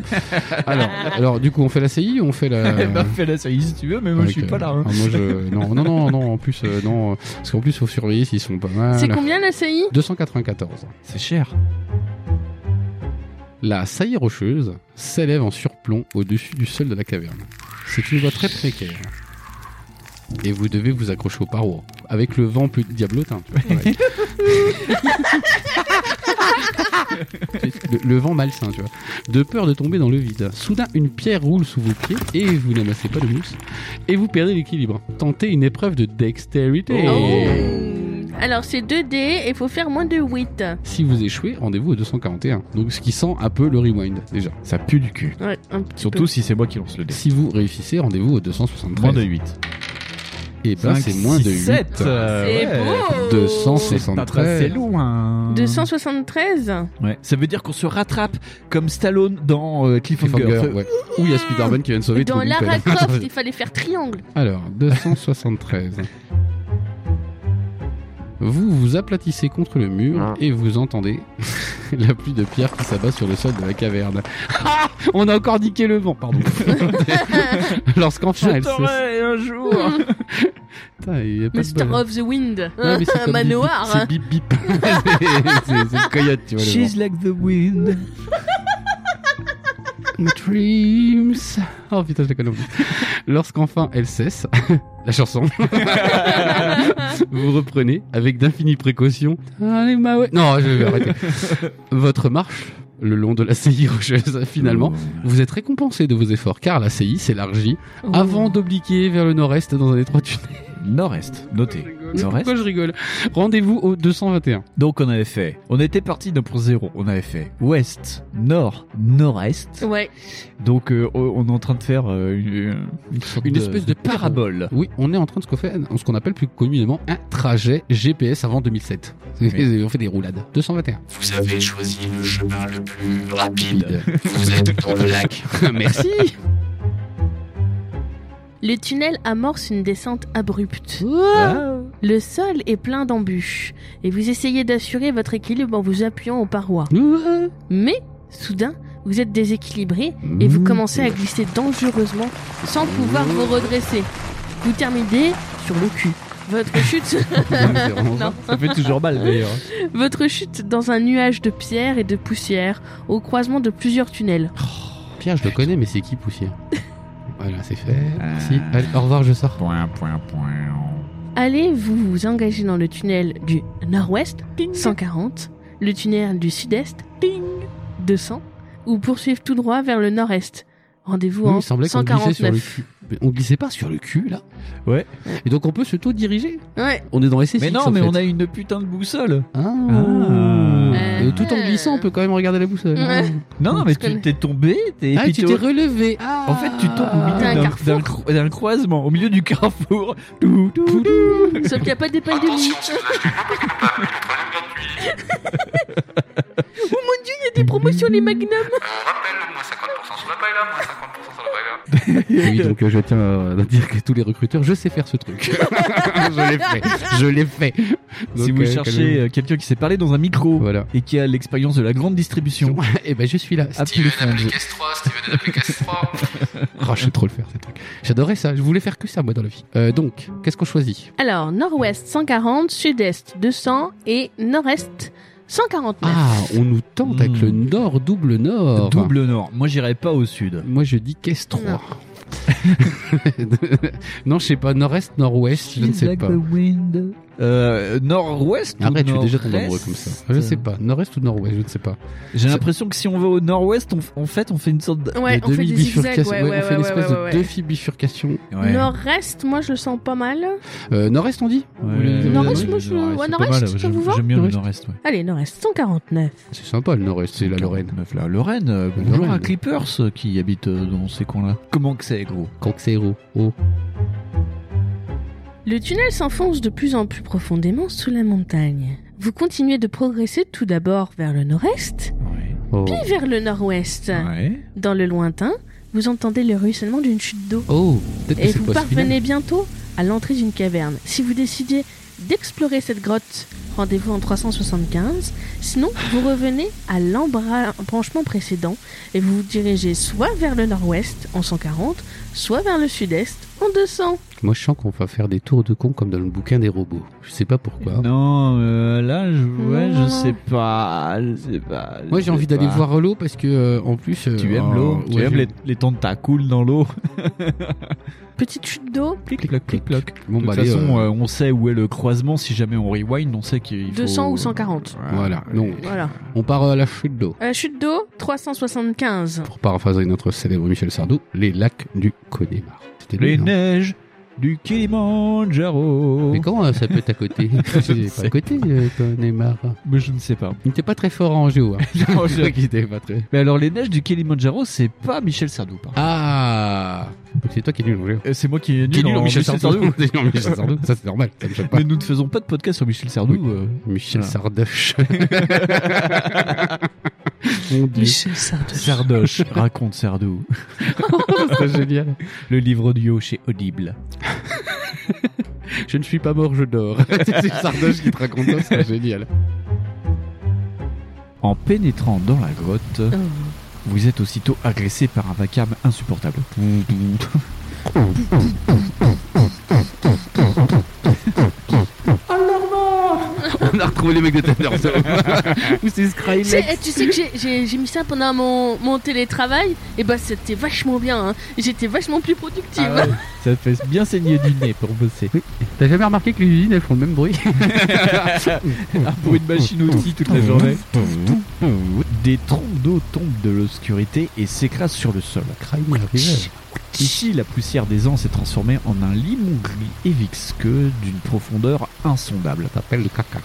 Speaker 3: alors, alors, du coup, on fait la CI ou on fait la.
Speaker 4: Eh ben, fais la saillie si tu veux, mais moi je suis
Speaker 3: Ok.
Speaker 4: pas là. hein.
Speaker 3: Ah, moi, je- Non, non, non, non, en plus, euh, non. euh, Parce qu'en plus, faut surveiller s'ils sont pas
Speaker 5: C'est
Speaker 3: mal.
Speaker 5: combien la saillie
Speaker 3: 294.
Speaker 4: C'est cher.
Speaker 3: La saillie rocheuse s'élève en surplomb au-dessus du sol de la caverne. C'est une voie très précaire. Et vous devez vous accrocher aux parois. Avec le vent plus diablotin. tu vois, pareil. le, le vent malsain, tu vois. De peur de tomber dans le vide. Soudain, une pierre roule sous vos pieds et vous n'amassez pas de mousse. Et vous perdez l'équilibre. Tentez une épreuve de dextérité.
Speaker 5: Oh. Alors c'est 2D et faut faire moins de 8.
Speaker 3: Si vous échouez, rendez-vous au 241. Donc ce qui sent un peu le rewind déjà.
Speaker 6: Ça pue du cul.
Speaker 5: Ouais, un petit
Speaker 6: Surtout
Speaker 5: peu.
Speaker 6: si c'est moi qui lance le dé.
Speaker 3: Si vous réussissez, rendez-vous au 273.
Speaker 6: Moins de 8.
Speaker 3: Et ben c'est moins de 8.
Speaker 4: Euh,
Speaker 5: C'est beau
Speaker 3: 273.
Speaker 4: C'est loin.
Speaker 5: 273
Speaker 4: Ouais. Ça veut dire qu'on se rattrape comme Stallone dans euh, Cliffhanger.
Speaker 3: Cliffhanger, ouais. Ou il y a Spider-Man qui vient de sauver
Speaker 5: Dans
Speaker 3: tout le
Speaker 5: Lara
Speaker 3: monde.
Speaker 5: Croft, il fallait faire triangle.
Speaker 3: Alors, 273. Vous vous aplatissez contre le mur et vous entendez la pluie de pierres qui s'abat sur le sol de la caverne. Ah On a encore niqué le vent, pardon. Lorsqu'enfin elle se...
Speaker 4: un jour.
Speaker 3: Putain, il y a pas de
Speaker 5: Master
Speaker 3: bol.
Speaker 5: of the Wind. hein,
Speaker 3: Ouais, mais c'est comme bip, bip.
Speaker 5: Manoir.
Speaker 3: C'est bip bip. C'est- c'est c'est une coyote, tu vois. le vent.
Speaker 4: She's like the wind.
Speaker 3: Dreams. Oh putain, je la connais en plus. Lorsqu'enfin elle cesse, la chanson, vous reprenez avec d'infinies précautions. Allez, ma ouais. Non, je vais arrêter. Votre marche le long de la CI rocheuse, finalement. Vous êtes récompensé de vos efforts car la CI s'élargit avant d'obliquer vers le nord-est dans un étroit tunnel.
Speaker 4: Nord-est. Notez. Nord-est.
Speaker 3: Pourquoi je rigole Rendez-vous au 221.
Speaker 4: Donc on avait fait. On était parti d'un point zéro. On avait fait ouest, nord,
Speaker 3: Oh.
Speaker 4: nord-est.
Speaker 5: Ouais.
Speaker 4: Donc euh, on est en train de faire euh, une, sorte
Speaker 3: Une espèce de
Speaker 4: parabole.
Speaker 3: Oui, on est en train de ce qu'on fait, ce qu'on appelle plus communément un trajet GPS avant 2007. on fait des roulades. 221.
Speaker 11: Vous avez choisi le chemin le plus rapide. Vous êtes dans le lac.
Speaker 3: Merci.
Speaker 5: Le tunnel amorce une descente abrupte. Ah. Le sol est plein d'embûches et vous essayez d'assurer votre équilibre en vous appuyant aux parois. Mais, soudain, vous êtes déséquilibré et
Speaker 3: Mmh.
Speaker 5: vous commencez à glisser dangereusement sans pouvoir vous redresser. Vous terminez sur le cul. Votre chute.
Speaker 3: Mmh.
Speaker 5: Non.
Speaker 4: Ça fait toujours mal d'ailleurs.
Speaker 5: Votre chute dans un nuage de pierres et de poussière au croisement de plusieurs tunnels.
Speaker 3: Pierre, je le connais, mais c'est qui Poussière Voilà, c'est fait.
Speaker 4: Euh.
Speaker 3: Merci. Allez, au revoir, je sors.
Speaker 6: Point, point, point.
Speaker 5: Allez vous vous engagez dans le tunnel du nord-ouest, 140, le tunnel du sud-est, 200, ou poursuivre tout droit vers le nord-est. Rendez-vous
Speaker 3: Oui,
Speaker 5: en
Speaker 3: il semblait qu'on glissait sur le
Speaker 5: 149.
Speaker 3: cul. Mais On glissait pas sur le cul, là
Speaker 4: Ouais.
Speaker 3: Et donc on peut se tout-diriger
Speaker 5: Ouais.
Speaker 3: On est dans SSX,
Speaker 4: Mais non,
Speaker 3: en
Speaker 4: mais
Speaker 3: fait.
Speaker 4: on a une putain de boussole.
Speaker 3: Ah.
Speaker 4: Ah.
Speaker 3: Et tout en glissant, on peut quand même regarder la boussole.
Speaker 5: Ouais.
Speaker 4: Non, non, mais tu
Speaker 5: connais.
Speaker 4: t'es tombé, t'es
Speaker 3: Ah,
Speaker 4: puis
Speaker 3: tu
Speaker 4: t'es
Speaker 3: t'es
Speaker 4: re-
Speaker 3: relevé. Ah.
Speaker 4: En fait, tu tombes au milieu
Speaker 5: T'as un
Speaker 4: d'un-
Speaker 5: carrefour.
Speaker 4: d'un cro- d'un croisement, au milieu du carrefour. Tout, tout, tout.
Speaker 5: Sauf qu'il n'y a pas d'épaule de lit. oh mon dieu, il y a des promos sur les magnums.
Speaker 3: Oui, donc euh, je tiens euh, à dire que tous les recruteurs, je sais faire ce truc. je l'ai fait. Je l'ai fait.
Speaker 4: Si
Speaker 3: Donc,
Speaker 4: vous
Speaker 3: euh,
Speaker 4: cherchez euh, quelqu'un qui sait parler dans un micro
Speaker 3: Voilà.
Speaker 4: et qui a l'expérience de la grande distribution,
Speaker 3: calmez-vous. Eh ben, je suis là.
Speaker 4: à téléphone.
Speaker 3: Oh, je sais trop le faire, ces trucs. J'adorais ça. Je voulais faire que ça, moi, dans la vie. Euh, donc, qu'est-ce qu'on choisit
Speaker 5: Alors, nord-ouest 140, sud-est 200 et nord-est 149.
Speaker 3: Ah, on nous tente avec
Speaker 4: Hmm.
Speaker 3: le nord, double nord.
Speaker 4: Double nord. Moi, j'irai pas au sud.
Speaker 3: Moi, je dis caisse 3. non, je sais pas. Nord-est, nord-ouest, je ne sais pas.
Speaker 4: Euh, nord-ouest ou
Speaker 3: Arrête, je suis déjà
Speaker 4: nord-est
Speaker 3: trop nombreux comme ça. Je sais pas. Nord-est ou nord-ouest, je ne sais pas.
Speaker 4: J'ai l'impression que si on va au nord-ouest, on, f- en fait, on fait une sorte de...
Speaker 5: Ouais,
Speaker 3: De
Speaker 5: on fait des zigzags.
Speaker 3: demi-bifurcation-
Speaker 5: Ouais,
Speaker 3: ouais,
Speaker 5: ouais, ouais,
Speaker 3: on fait une
Speaker 5: ouais,
Speaker 3: espèce
Speaker 5: ouais, ouais.
Speaker 3: de deux bifurcations.
Speaker 4: Ouais.
Speaker 5: Nord-est, moi je le sens pas mal.
Speaker 3: Euh, nord-est, on dit
Speaker 6: Ouais,
Speaker 5: Nord-Est,
Speaker 6: ouais,
Speaker 5: moi, je-
Speaker 6: le
Speaker 5: ouais,
Speaker 6: c'est
Speaker 5: Nord-Est,
Speaker 6: pas mal,
Speaker 5: ça
Speaker 6: j'aime-
Speaker 5: vous va
Speaker 6: J'aime bien le
Speaker 3: Nord-Est.
Speaker 6: nord-est, ouais.
Speaker 5: Allez, nord-est 149.
Speaker 3: C'est sympa, le nord-est, c'est la Lorraine.
Speaker 4: Meuf, la Lorraine, euh, bonjour
Speaker 3: Lorraine.
Speaker 4: à Clippers euh, qui habite euh, dans ces coins-là. Comment que c'est, gros
Speaker 3: Canxero. Oh.
Speaker 5: Le tunnel s'enfonce de plus en plus profondément sous la montagne. Vous continuez de progresser tout d'abord vers le nord-est,
Speaker 4: Ouais.
Speaker 3: Oh.
Speaker 5: puis vers le nord-ouest.
Speaker 4: Ouais.
Speaker 5: Dans le lointain, vous entendez le ruissellement d'une chute d'eau.
Speaker 3: Oh, peut-être que
Speaker 5: Et
Speaker 3: c'est
Speaker 5: vous
Speaker 3: pas ce final.
Speaker 5: parvenez bientôt à l'entrée d'une caverne. Si vous décidez d'explorer cette grotte, rendez-vous en 375. Sinon, vous revenez à l'embranchement précédent et vous vous dirigez soit vers le nord-ouest en 140, soit vers le sud-est en 200.
Speaker 3: Moi, je sens qu'on va faire des tours de con comme dans le bouquin des robots. Je sais pas pourquoi.
Speaker 4: Non, euh, là, je, ouais,
Speaker 5: Non.
Speaker 4: je sais pas, je sais pas. je
Speaker 3: Moi, j'ai
Speaker 4: sais
Speaker 3: envie d'aller
Speaker 4: pas.
Speaker 3: voir l'eau parce que, euh, en plus. euh,
Speaker 4: Bah. Tu aimes
Speaker 3: euh,
Speaker 4: l'eau, tu
Speaker 3: ouais,
Speaker 4: aimes
Speaker 3: j'aime.
Speaker 4: les, les tentacules dans l'eau.
Speaker 5: Petite chute d'eau,
Speaker 4: Clic,
Speaker 3: Clic, clic,
Speaker 4: cloc.
Speaker 3: Bon,
Speaker 4: De toute
Speaker 3: bah, allez,
Speaker 4: façon,
Speaker 3: euh,
Speaker 4: euh, on sait où est le croisement. Si jamais on rewind, on sait qu'il faut...
Speaker 5: 200 ou 140.
Speaker 4: euh,
Speaker 3: Voilà. Donc,
Speaker 5: Voilà.
Speaker 3: on part à la chute d'eau.
Speaker 5: Euh, chute d'eau, 375.
Speaker 3: Pour paraphraser notre célèbre Michel Sardou, les lacs du Connemar. C'était
Speaker 4: Les
Speaker 3: lui, hein.
Speaker 4: neiges du Kilimanjaro.
Speaker 3: Mais comment euh, ça peut être à côté C'est pas à côté, le Connemar.
Speaker 4: Mais je ne sais pas.
Speaker 3: Il n'était pas très fort en géo. Hein.
Speaker 4: Non, je-
Speaker 3: Il était pas très.
Speaker 4: Mais alors, les neiges du Kilimanjaro, c'est pas Michel Sardou, par contre.
Speaker 3: Ah Donc, C'est toi qui es nul en géo.
Speaker 4: Euh, C'est moi qui ai
Speaker 3: Qui est nul en Michel Sardou.
Speaker 4: Sardou.
Speaker 3: T'es nul en Michel Sardou. Ça, c'est normal. Ça me choque pas.
Speaker 4: Mais nous ne faisons pas de podcast sur Michel Sardou.
Speaker 3: Oui.
Speaker 4: euh.
Speaker 3: Michel
Speaker 4: Voilà.
Speaker 3: Sardoche. Mon dieu,
Speaker 5: Michel Sardou.
Speaker 4: Sardoche raconte Sardou.
Speaker 3: Ah, c'est génial.
Speaker 4: Le livre audio chez Audible.
Speaker 3: Je ne suis pas mort, je dors. c'est Sardoche qui te raconte ça, c'est génial.
Speaker 4: En pénétrant dans la grotte, vous êtes aussitôt agressé par un vacarme insupportable.
Speaker 3: On a retrouvé les mecs de Thunder Zone. Où c'est
Speaker 5: Tu
Speaker 3: Skrillex
Speaker 5: sais, eh, tu sais que j'ai- j'ai j'ai mis ça pendant mon, mon télétravail, et bah c'était vachement bien, hein. j'étais vachement plus productive.
Speaker 4: Ah
Speaker 3: Ah
Speaker 4: Ça fait bien saigner du nez pour bosser.
Speaker 3: T'as jamais remarqué que les usines elles font le même bruit Ah,
Speaker 4: pour une machine outil toute la journée. Des trompes d'eau tombent de l'obscurité et s'écrasent sur le sol.
Speaker 3: Crime
Speaker 4: Ici, la poussière des ans s'est transformée en un limon gris et visqueux d'une profondeur insondable. T'appelles le caca.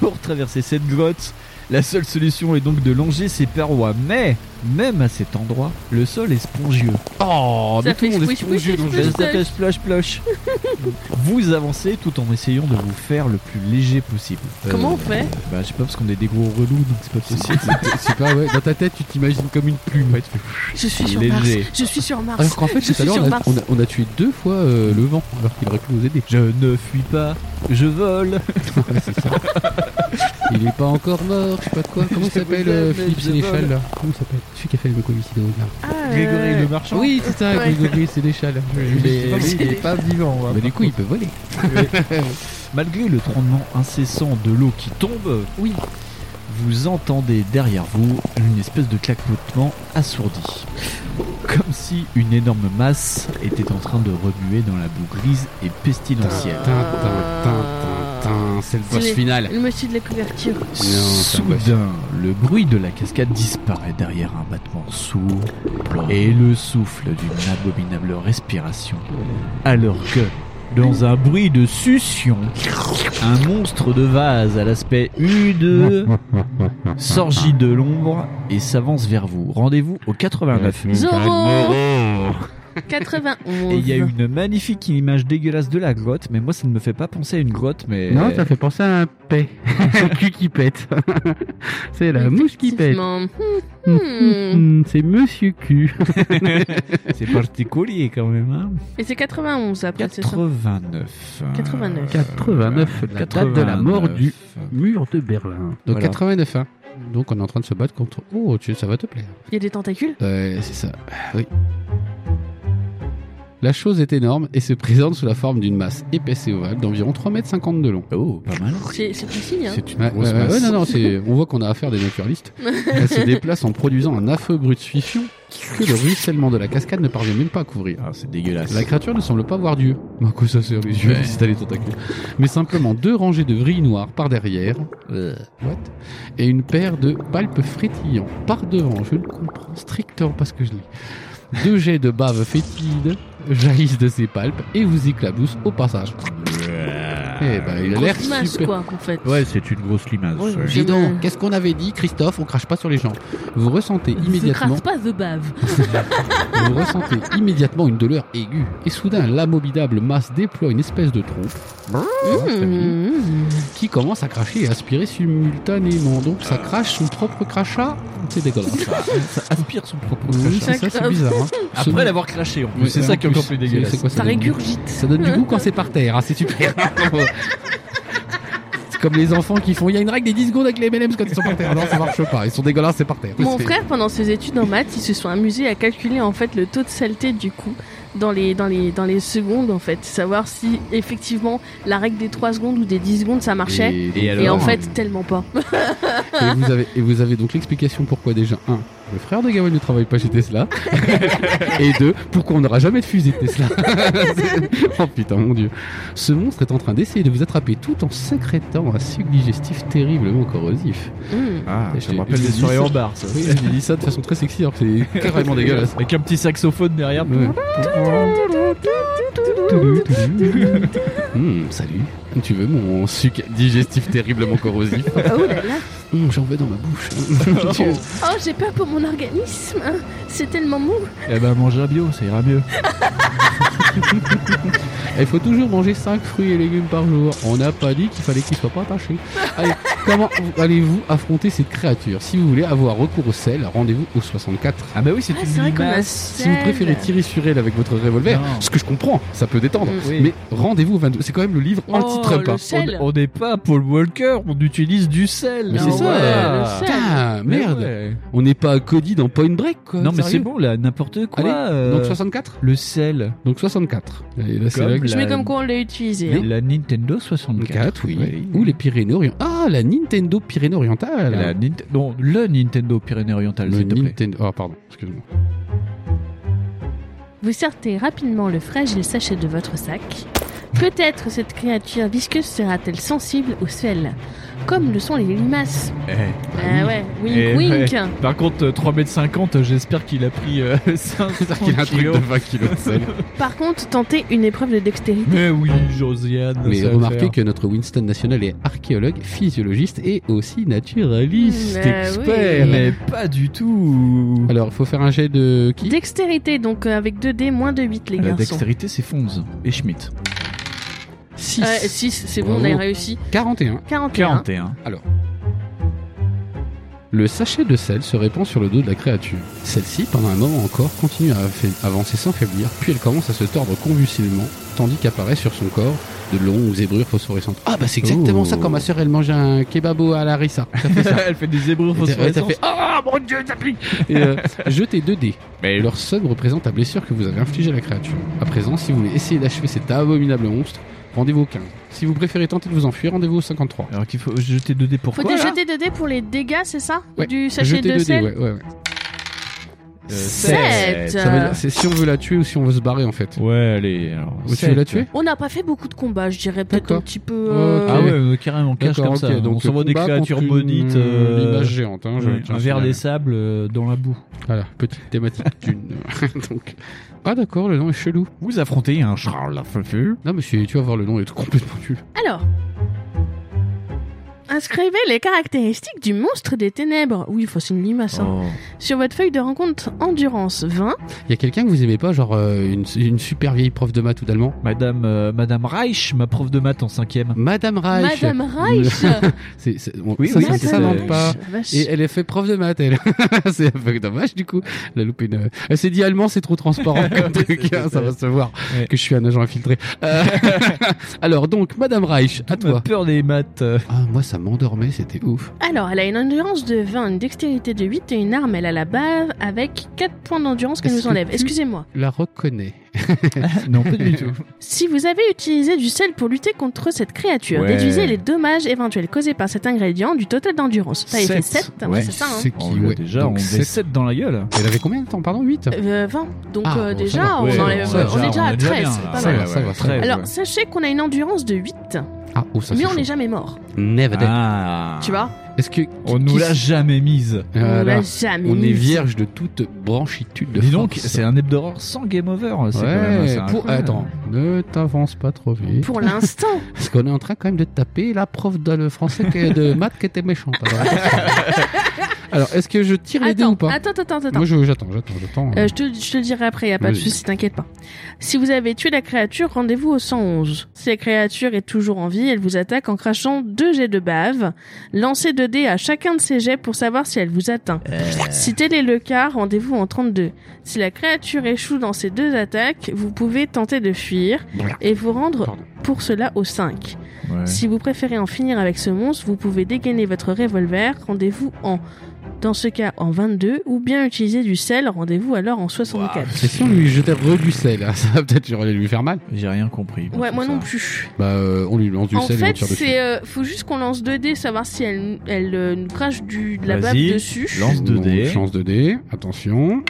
Speaker 4: Pour traverser cette grotte, la seule solution est donc de longer ses parois. Mais, même à cet endroit, le sol est spongieux. Oh,
Speaker 3: Ça mais tout le fait monde est squish, spongieux squish, dans le squish, jeu.
Speaker 4: Ça fait splosh, splosh. Vous avancez tout en essayant de vous faire le plus léger possible.
Speaker 5: Comment on fait
Speaker 4: Bah, je sais pas, parce qu'on est des gros relous, donc c'est pas possible.
Speaker 3: C'est pas, ouais. Dans ta tête, tu t'imagines comme une plume. ouais, tu fais-
Speaker 5: Je suis sur
Speaker 3: Léger. Ah,
Speaker 5: Mars. Je suis sur Mars.
Speaker 3: Alors qu'en fait,
Speaker 5: je
Speaker 3: tout à
Speaker 5: suis
Speaker 3: l'heure,
Speaker 5: sur
Speaker 3: on, a-
Speaker 5: Mars.
Speaker 3: on a- on a tué deux fois euh, le vent, alors qu'il aurait pu nous aider.
Speaker 4: Je ne fuis pas, je vole.
Speaker 5: Euh.
Speaker 3: Il est pas encore mort, je sais pas quoi. Comment il
Speaker 4: Je
Speaker 3: s'appelle
Speaker 4: vous aime,
Speaker 3: euh,
Speaker 4: mais
Speaker 3: Philippe
Speaker 4: je vole.
Speaker 3: Sénéchal là Comment il s'appelle Celui qui a fait le homicide là.
Speaker 5: Ah,
Speaker 4: Grégory le Marchand
Speaker 3: Oui, c'est ça,
Speaker 4: Ouais.
Speaker 3: Grégory Sénéchal.
Speaker 4: Mais
Speaker 3: Mais
Speaker 4: lui, il est pas vivant.
Speaker 3: Mais du coup, il peut voler.
Speaker 4: Malgré le tremblement incessant de l'eau qui tombe, oui, vous entendez derrière vous une espèce de claquement assourdi. Comme si une énorme masse était en train de remuer dans la boue grise et pestilentielle.
Speaker 3: C'est le
Speaker 5: C'est le- Le monsieur de la couverture.
Speaker 3: Mmh,
Speaker 4: Soudain, le bruit de la cascade disparaît derrière un battement sourd et le souffle d'une abominable respiration. Alors que, dans un bruit de succion, un monstre de vase à l'aspect hideux sorgit de l'ombre et s'avance vers vous. Rendez-vous au 89.
Speaker 5: Zorro
Speaker 4: Et il y a
Speaker 5: 91.
Speaker 4: une magnifique image dégueulasse de la grotte, mais moi ça ne me fait pas penser à une grotte, mais...
Speaker 3: Non, ça fait penser à un paix. un cul qui pète. c'est la mouche qui pète.
Speaker 5: Effectivement. Mmh,
Speaker 3: Hum, hum, c'est Monsieur Q.
Speaker 4: C'est particulier quand même. Hein
Speaker 5: Et c'est 91 après, c'est ça
Speaker 4: 89.
Speaker 5: 89.
Speaker 3: 89, la date de la mort du mur de Berlin. Donc
Speaker 4: Voilà.
Speaker 3: 89, hein. Donc on est en train de se battre contre. Oh, tu, ça va te plaire.
Speaker 5: Il y a des tentacules
Speaker 3: Ouais, c'est ça. Oui. La chose est énorme et se présente sous la forme d'une masse épaisse et ovale d'environ 3,50 mètres de long.
Speaker 4: Oh, pas mal.
Speaker 5: C'est c'est précis, hein
Speaker 3: Ouais, ouais, ouais, non, non, c'est- on voit qu'on a affaire à des naturalistes. Elle se déplace en produisant un affeux brut suffiant que le ruissellement de la cascade ne parvient même pas à couvrir.
Speaker 4: Ah, c'est dégueulasse.
Speaker 3: La créature ne semble pas voir Dieu. Mais à quoi ça sert les yeux
Speaker 4: Ouais.
Speaker 3: si t'as les tentacules Mais simplement deux rangées de vrilles noires par derrière. What Et une paire de palpes frétillants par devant. Je ne comprends strictement pas ce que je lis. Deux jets de bave fétide jaillissent de ses palpes et vous éclaboussent au passage. Eh ben, il a l'air
Speaker 5: Grosse masse,
Speaker 3: super.
Speaker 5: quoi, en fait.
Speaker 4: Ouais, c'est une grosse limace.
Speaker 5: Oui, oui.
Speaker 3: Dis donc, qu'est-ce qu'on avait dit, Christophe On crache pas sur les gens. Vous ressentez immédiatement,
Speaker 5: Ne crasse pas The Bave.
Speaker 3: vous ressentez immédiatement une douleur aiguë. Et soudain, l'amovidable masse déploie une espèce de trompe
Speaker 5: Mmh.
Speaker 3: qui commence à cracher et aspirer simultanément. Donc, ça crache son propre crachat. C'est dégueulasse.
Speaker 4: ça aspire son propre
Speaker 3: Oui, c'est ça, c'est bizarre. hein. Ce-
Speaker 4: Après l'avoir craché, en plus.
Speaker 3: Ouais,
Speaker 4: c'est ça
Speaker 3: en
Speaker 4: qui est encore
Speaker 3: plus,
Speaker 4: plus
Speaker 3: c'est-
Speaker 4: dégueulasse.
Speaker 3: c'est quoi,
Speaker 5: Ça
Speaker 3: donne du-
Speaker 5: régurgite.
Speaker 3: Ça donne du goût quand c'est par terre. hein, c'est super. C'est Comme les enfants qui font, il y a une règle des 10 secondes avec les M&M's quand ils sont par terre. Non, ça marche pas. Ils sont dégueulasses, c'est par terre.
Speaker 5: Mon
Speaker 3: C'est-
Speaker 5: frère, pendant ses études en maths, ils se sont amusés à calculer en fait le taux de saleté du coup dans les, dans les, dans les secondes en fait, savoir si effectivement la règle des 3 secondes ou des 10 secondes ça marchait.
Speaker 3: Et-
Speaker 5: Et,
Speaker 3: et
Speaker 5: en
Speaker 3: alors
Speaker 5: fait, tellement pas.
Speaker 3: Et vous avez, et vous avez donc l'explication pourquoi déjà, un, le frère de Gawain ne travaille pas chez Tesla, et deux, pourquoi on n'aura jamais de fusée de Tesla. C'est- oh putain, mon dieu. Ce monstre est en train d'essayer de vous attraper tout en sécrétant un suc digestif terriblement corrosif.
Speaker 4: Ah,
Speaker 5: Mmh.
Speaker 3: Et
Speaker 4: ça
Speaker 3: je-
Speaker 4: me rappelle
Speaker 3: je
Speaker 4: des
Speaker 3: dis
Speaker 4: soirées
Speaker 3: ça-
Speaker 4: en bar, ça.
Speaker 3: Oui, j'ai dit ça de façon très sexy, alors que c'est carrément dégueulasse.
Speaker 4: Avec un petit saxophone derrière.
Speaker 3: Ouais. Hum, salut. Tu veux mon suc digestif terriblement corrosif
Speaker 5: Oh là là.
Speaker 3: Hum, J'en veux dans ma bouche.
Speaker 5: Oh, j'ai peur pour mon organisme. hein. C'est tellement mou.
Speaker 4: Eh ben, mange un bio, ça ira mieux.
Speaker 3: Il faut toujours manger 5 fruits et légumes par jour. On n'a pas dit qu'il fallait qu'ils soient pas attachés. Allez, comment allez-vous affronter cette créature Si vous voulez avoir recours au sel, rendez-vous au 64.
Speaker 4: Ah bah oui, c'est
Speaker 5: Ah, c'est vrai qu'on a
Speaker 3: Si vous préférez tirer sur elle avec votre revolver,
Speaker 4: Non.
Speaker 3: ce que je comprends, ça peut détendre.
Speaker 5: Mm.
Speaker 4: Oui.
Speaker 3: Mais rendez-vous au 22. C'est quand même le livre
Speaker 5: Oh,
Speaker 3: anti-Trump.
Speaker 5: le
Speaker 3: hein.
Speaker 5: sel.
Speaker 4: On n'est pas Paul Walker, on utilise du sel.
Speaker 3: Mais
Speaker 5: Ah
Speaker 3: c'est ça.
Speaker 5: ouais, le sel.
Speaker 3: Putain,
Speaker 4: Mais
Speaker 3: Ah, merde.
Speaker 4: ouais.
Speaker 3: On n'est pas à Cody dans Point Break, quoi.
Speaker 4: Non, mais c'est
Speaker 3: sérieux.
Speaker 4: bon, là, n'importe quoi.
Speaker 3: Allez,
Speaker 4: euh,
Speaker 3: donc 64
Speaker 4: Le sel.
Speaker 3: Donc 64. Allez, là, c'est
Speaker 4: Comme
Speaker 3: là
Speaker 4: la-
Speaker 5: Je mets comme quoi on l'a utilisé. hein.
Speaker 4: La Nintendo
Speaker 3: 64,
Speaker 4: 64.
Speaker 3: oui. Ou les Pyrénées-Orientales. Ah, la Nintendo Pyrénées-Orientales.
Speaker 4: La Nint- non, le Nintendo Pyrénées-Orientales,
Speaker 3: Le
Speaker 4: s'il te plaît.
Speaker 3: Nintendo. Oh, pardon, excuse-moi.
Speaker 5: Vous sortez rapidement le fragile sachet de votre sac, Peut-être cette créature visqueuse sera-t-elle sensible au sel, comme le sont les limaces.
Speaker 6: Eh,
Speaker 5: Ah ouais, wink
Speaker 6: Eh,
Speaker 5: wink.
Speaker 6: ouais. Par contre, euh, 3m50, j'espère qu'il a pris euh, 500
Speaker 3: qu'il a un truc
Speaker 6: kilos.
Speaker 3: de 20 kilos de sel.
Speaker 5: Par contre, tenter une épreuve de dextérité.
Speaker 6: Mais oui, Josiane.
Speaker 3: Mais
Speaker 6: ça va
Speaker 3: remarquez
Speaker 6: faire.
Speaker 3: que notre Winston national est archéologue, physiologiste et aussi naturaliste
Speaker 5: Bah
Speaker 3: expert.
Speaker 5: oui. Mais
Speaker 3: pas du tout. Alors, faut faire un jet de qui
Speaker 5: Dextérité, donc euh, avec 2D, moins de 8, les
Speaker 3: Euh,
Speaker 6: La
Speaker 5: garçons.
Speaker 6: dextérité, c'est Fonz et Schmidt.
Speaker 3: 6.
Speaker 5: Ouais, Euh, six, c'est bon, on a
Speaker 3: Bravo.
Speaker 5: réussi.
Speaker 3: 41.
Speaker 5: 41.
Speaker 3: Alors. Le sachet de sel se répand sur le dos de la créature. Celle-ci, pendant un moment encore, continue à affa- avancer sans faiblir, puis elle commence à se tordre convulsivement, tandis qu'apparaissent sur son corps de longues zébrures phosphorescentes. Ah bah c'est exactement ça quand ma sœur elle mange un kebabo à la rissa. Ça fait ça.
Speaker 6: Elle fait des zébrures
Speaker 3: Et t'as- ouais, t'as
Speaker 6: phosphorescentes.
Speaker 3: fait Ah mon dieu, ça pue Et, euh, jetez 2 dés. Mais leur somme représente la blessure que vous avez infligée à la créature. À présent, si vous voulez essayer d'achever cet abominable monstre, rendez-vous au 15. Si vous préférez tenter de vous enfuir, rendez-vous au 53.
Speaker 6: Alors qu'il faut jeter 2 dés pour
Speaker 5: Faut déjà jeter 2D pour les dégâts, c'est ça
Speaker 3: Ouais,
Speaker 5: Du sachet
Speaker 3: jeter
Speaker 5: de
Speaker 3: 2D,
Speaker 5: sel
Speaker 3: ouais, ouais, ouais.
Speaker 5: sept.
Speaker 3: Ça veut dire- C'est si on veut la tuer ou si on veut se barrer en fait.
Speaker 6: Ouais, allez. Alors,
Speaker 3: tu veux la tuer
Speaker 5: On n'a pas fait beaucoup de combats, je dirais peut-être un petit peu.
Speaker 3: Ok.
Speaker 5: euh,
Speaker 6: Ah ouais, mais carrément, cache
Speaker 3: D'accord,
Speaker 6: comme
Speaker 3: ok,
Speaker 6: ça.
Speaker 3: donc euh,
Speaker 6: on s'envoie des
Speaker 3: combat
Speaker 6: créatures
Speaker 3: contre une-
Speaker 6: bonites.
Speaker 3: l'image géante, hein, je
Speaker 6: ouais,
Speaker 3: tiens
Speaker 6: un
Speaker 3: à
Speaker 6: verre
Speaker 3: signaler.
Speaker 6: des sables euh, dans la boue.
Speaker 3: Voilà, petite thématique d'une. donc. Ah d'accord, le nom est chelou.
Speaker 6: Vous affrontez un Charles
Speaker 3: Non mais c'est- tu vas voir, le nom est complètement nul.
Speaker 5: Alors. Inscrivez les caractéristiques du monstre des ténèbres. Oui, faut c'est une limace. hein.
Speaker 3: Oh.
Speaker 5: Sur votre feuille de rencontre endurance 20.
Speaker 3: Il y a quelqu'un que vous aimez pas, genre euh, une, une super vieille prof de maths ou d'allemand
Speaker 6: Madame, euh, Madame Reich, ma prof de maths en 5ème.
Speaker 3: Madame Reich.
Speaker 5: Madame Reich
Speaker 3: c'est, c'est- on-
Speaker 6: Oui,
Speaker 3: ça,
Speaker 6: oui,
Speaker 3: ça,
Speaker 6: c'est-
Speaker 3: ça s'invente
Speaker 6: euh,
Speaker 3: pas.
Speaker 5: vache.
Speaker 3: Et elle est fait prof de maths, elle. c'est un peu dommage du coup. Elle a loupé une- Elle s'est dit allemand, c'est trop transparent comme truc. hein, ça va se voir que je suis un agent infiltré. Euh, Alors donc, Madame Reich, à toi.
Speaker 6: peur des maths.
Speaker 3: Ah, moi ça m'endormait, c'était ouf.
Speaker 5: Alors, elle a une endurance de 20, une dextérité de 8 et une arme. Elle a la bave avec 4 points d'endurance qu'elle
Speaker 3: Est-ce
Speaker 5: nous enlève.
Speaker 3: que tu-
Speaker 5: Excusez-moi.
Speaker 3: La reconnais.
Speaker 6: non, pas du tout.
Speaker 5: Si vous avez utilisé du sel pour lutter contre cette créature,
Speaker 3: Ouais.
Speaker 5: déduisez les dommages éventuels causés par cet ingrédient du total d'endurance. T'as fait 7, c'est ça hein.
Speaker 3: C'est qui,
Speaker 6: On l'a
Speaker 3: ouais.
Speaker 6: Déjà,
Speaker 3: Donc,
Speaker 6: on
Speaker 3: sept.
Speaker 6: fait 7 dans la gueule.
Speaker 3: Elle avait combien de temps Pardon, 8
Speaker 5: Euh, 20. Donc
Speaker 3: Ah,
Speaker 5: euh,
Speaker 3: bon, ça
Speaker 5: déjà,
Speaker 3: va.
Speaker 5: on,
Speaker 3: Ouais,
Speaker 5: enlève-
Speaker 3: ça,
Speaker 5: on
Speaker 3: déjà,
Speaker 5: est déjà
Speaker 3: on
Speaker 5: à
Speaker 3: est déjà
Speaker 5: 13.
Speaker 3: bien,
Speaker 5: c'est
Speaker 3: là.
Speaker 5: pas
Speaker 3: Ça
Speaker 5: mal.
Speaker 3: va, ça va, ça va.
Speaker 5: Alors, sachez qu'on a une endurance de 8,
Speaker 3: Ah, oh, ça
Speaker 5: mais
Speaker 3: c'est
Speaker 5: on n'est
Speaker 3: chaud.
Speaker 5: jamais mort.
Speaker 3: Never dead.
Speaker 5: Tu vois
Speaker 3: Est-ce que
Speaker 6: Ah, On nous
Speaker 3: qui-
Speaker 6: l'a jamais mise.
Speaker 3: Voilà.
Speaker 5: l'a jamais
Speaker 3: Ah, On est
Speaker 5: mise.
Speaker 3: vierge de toute branchitude de
Speaker 6: Dis donc,
Speaker 3: force.
Speaker 6: c'est un hebdo d'horreur sans game over. C'est quand même assez
Speaker 3: Ouais, pour...
Speaker 6: incroyable.
Speaker 3: Attends, ne t'avance pas trop vite.
Speaker 5: Pour l'instant.
Speaker 3: Parce qu'on est en train quand même de taper la prof de le français qui- de maths qui était méchante. Alors, Alors, est-ce que je tire les dés ou pas
Speaker 5: Attends, attends, attends.
Speaker 3: Moi, je- j'attends, j'attends, j'attends.
Speaker 5: Euh, je, te, je te le dirai après, y a pas de
Speaker 3: Vas-y.
Speaker 5: souci, t'inquiète pas. Si vous avez tué la créature, rendez-vous au 111. Si la créature est toujours en vie, elle vous attaque en crachant deux jets de bave. Lancez deux dés à chacun de ces jets pour savoir si elle vous atteint. Si tel est le cas, rendez-vous en 32. Si la créature échoue dans ces deux attaques, vous pouvez tenter de fuir et vous rendre pour cela au 5.
Speaker 6: Ouais.
Speaker 5: Si vous préférez en finir avec ce monstre, vous pouvez dégainer votre revolver, rendez-vous en, dans ce cas en 22, ou bien utiliser du sel, rendez-vous alors en 64.
Speaker 3: Et si on lui jetait re du sel, là, ça va peut-être lui faire mal.
Speaker 6: J'ai rien compris.
Speaker 5: Ouais, moi non plus.
Speaker 3: Bah, euh, on lui lance du
Speaker 5: en
Speaker 3: sel et on
Speaker 5: fait,
Speaker 3: tire dessus.
Speaker 5: c'est euh, faut juste qu'on lance 2 dés, savoir si elle, elle euh, nous crache du, de la bave
Speaker 6: Vas-y,
Speaker 5: dessus.
Speaker 6: Lance 2
Speaker 3: Donc,
Speaker 6: dés.
Speaker 3: Je lance 2 dés, attention.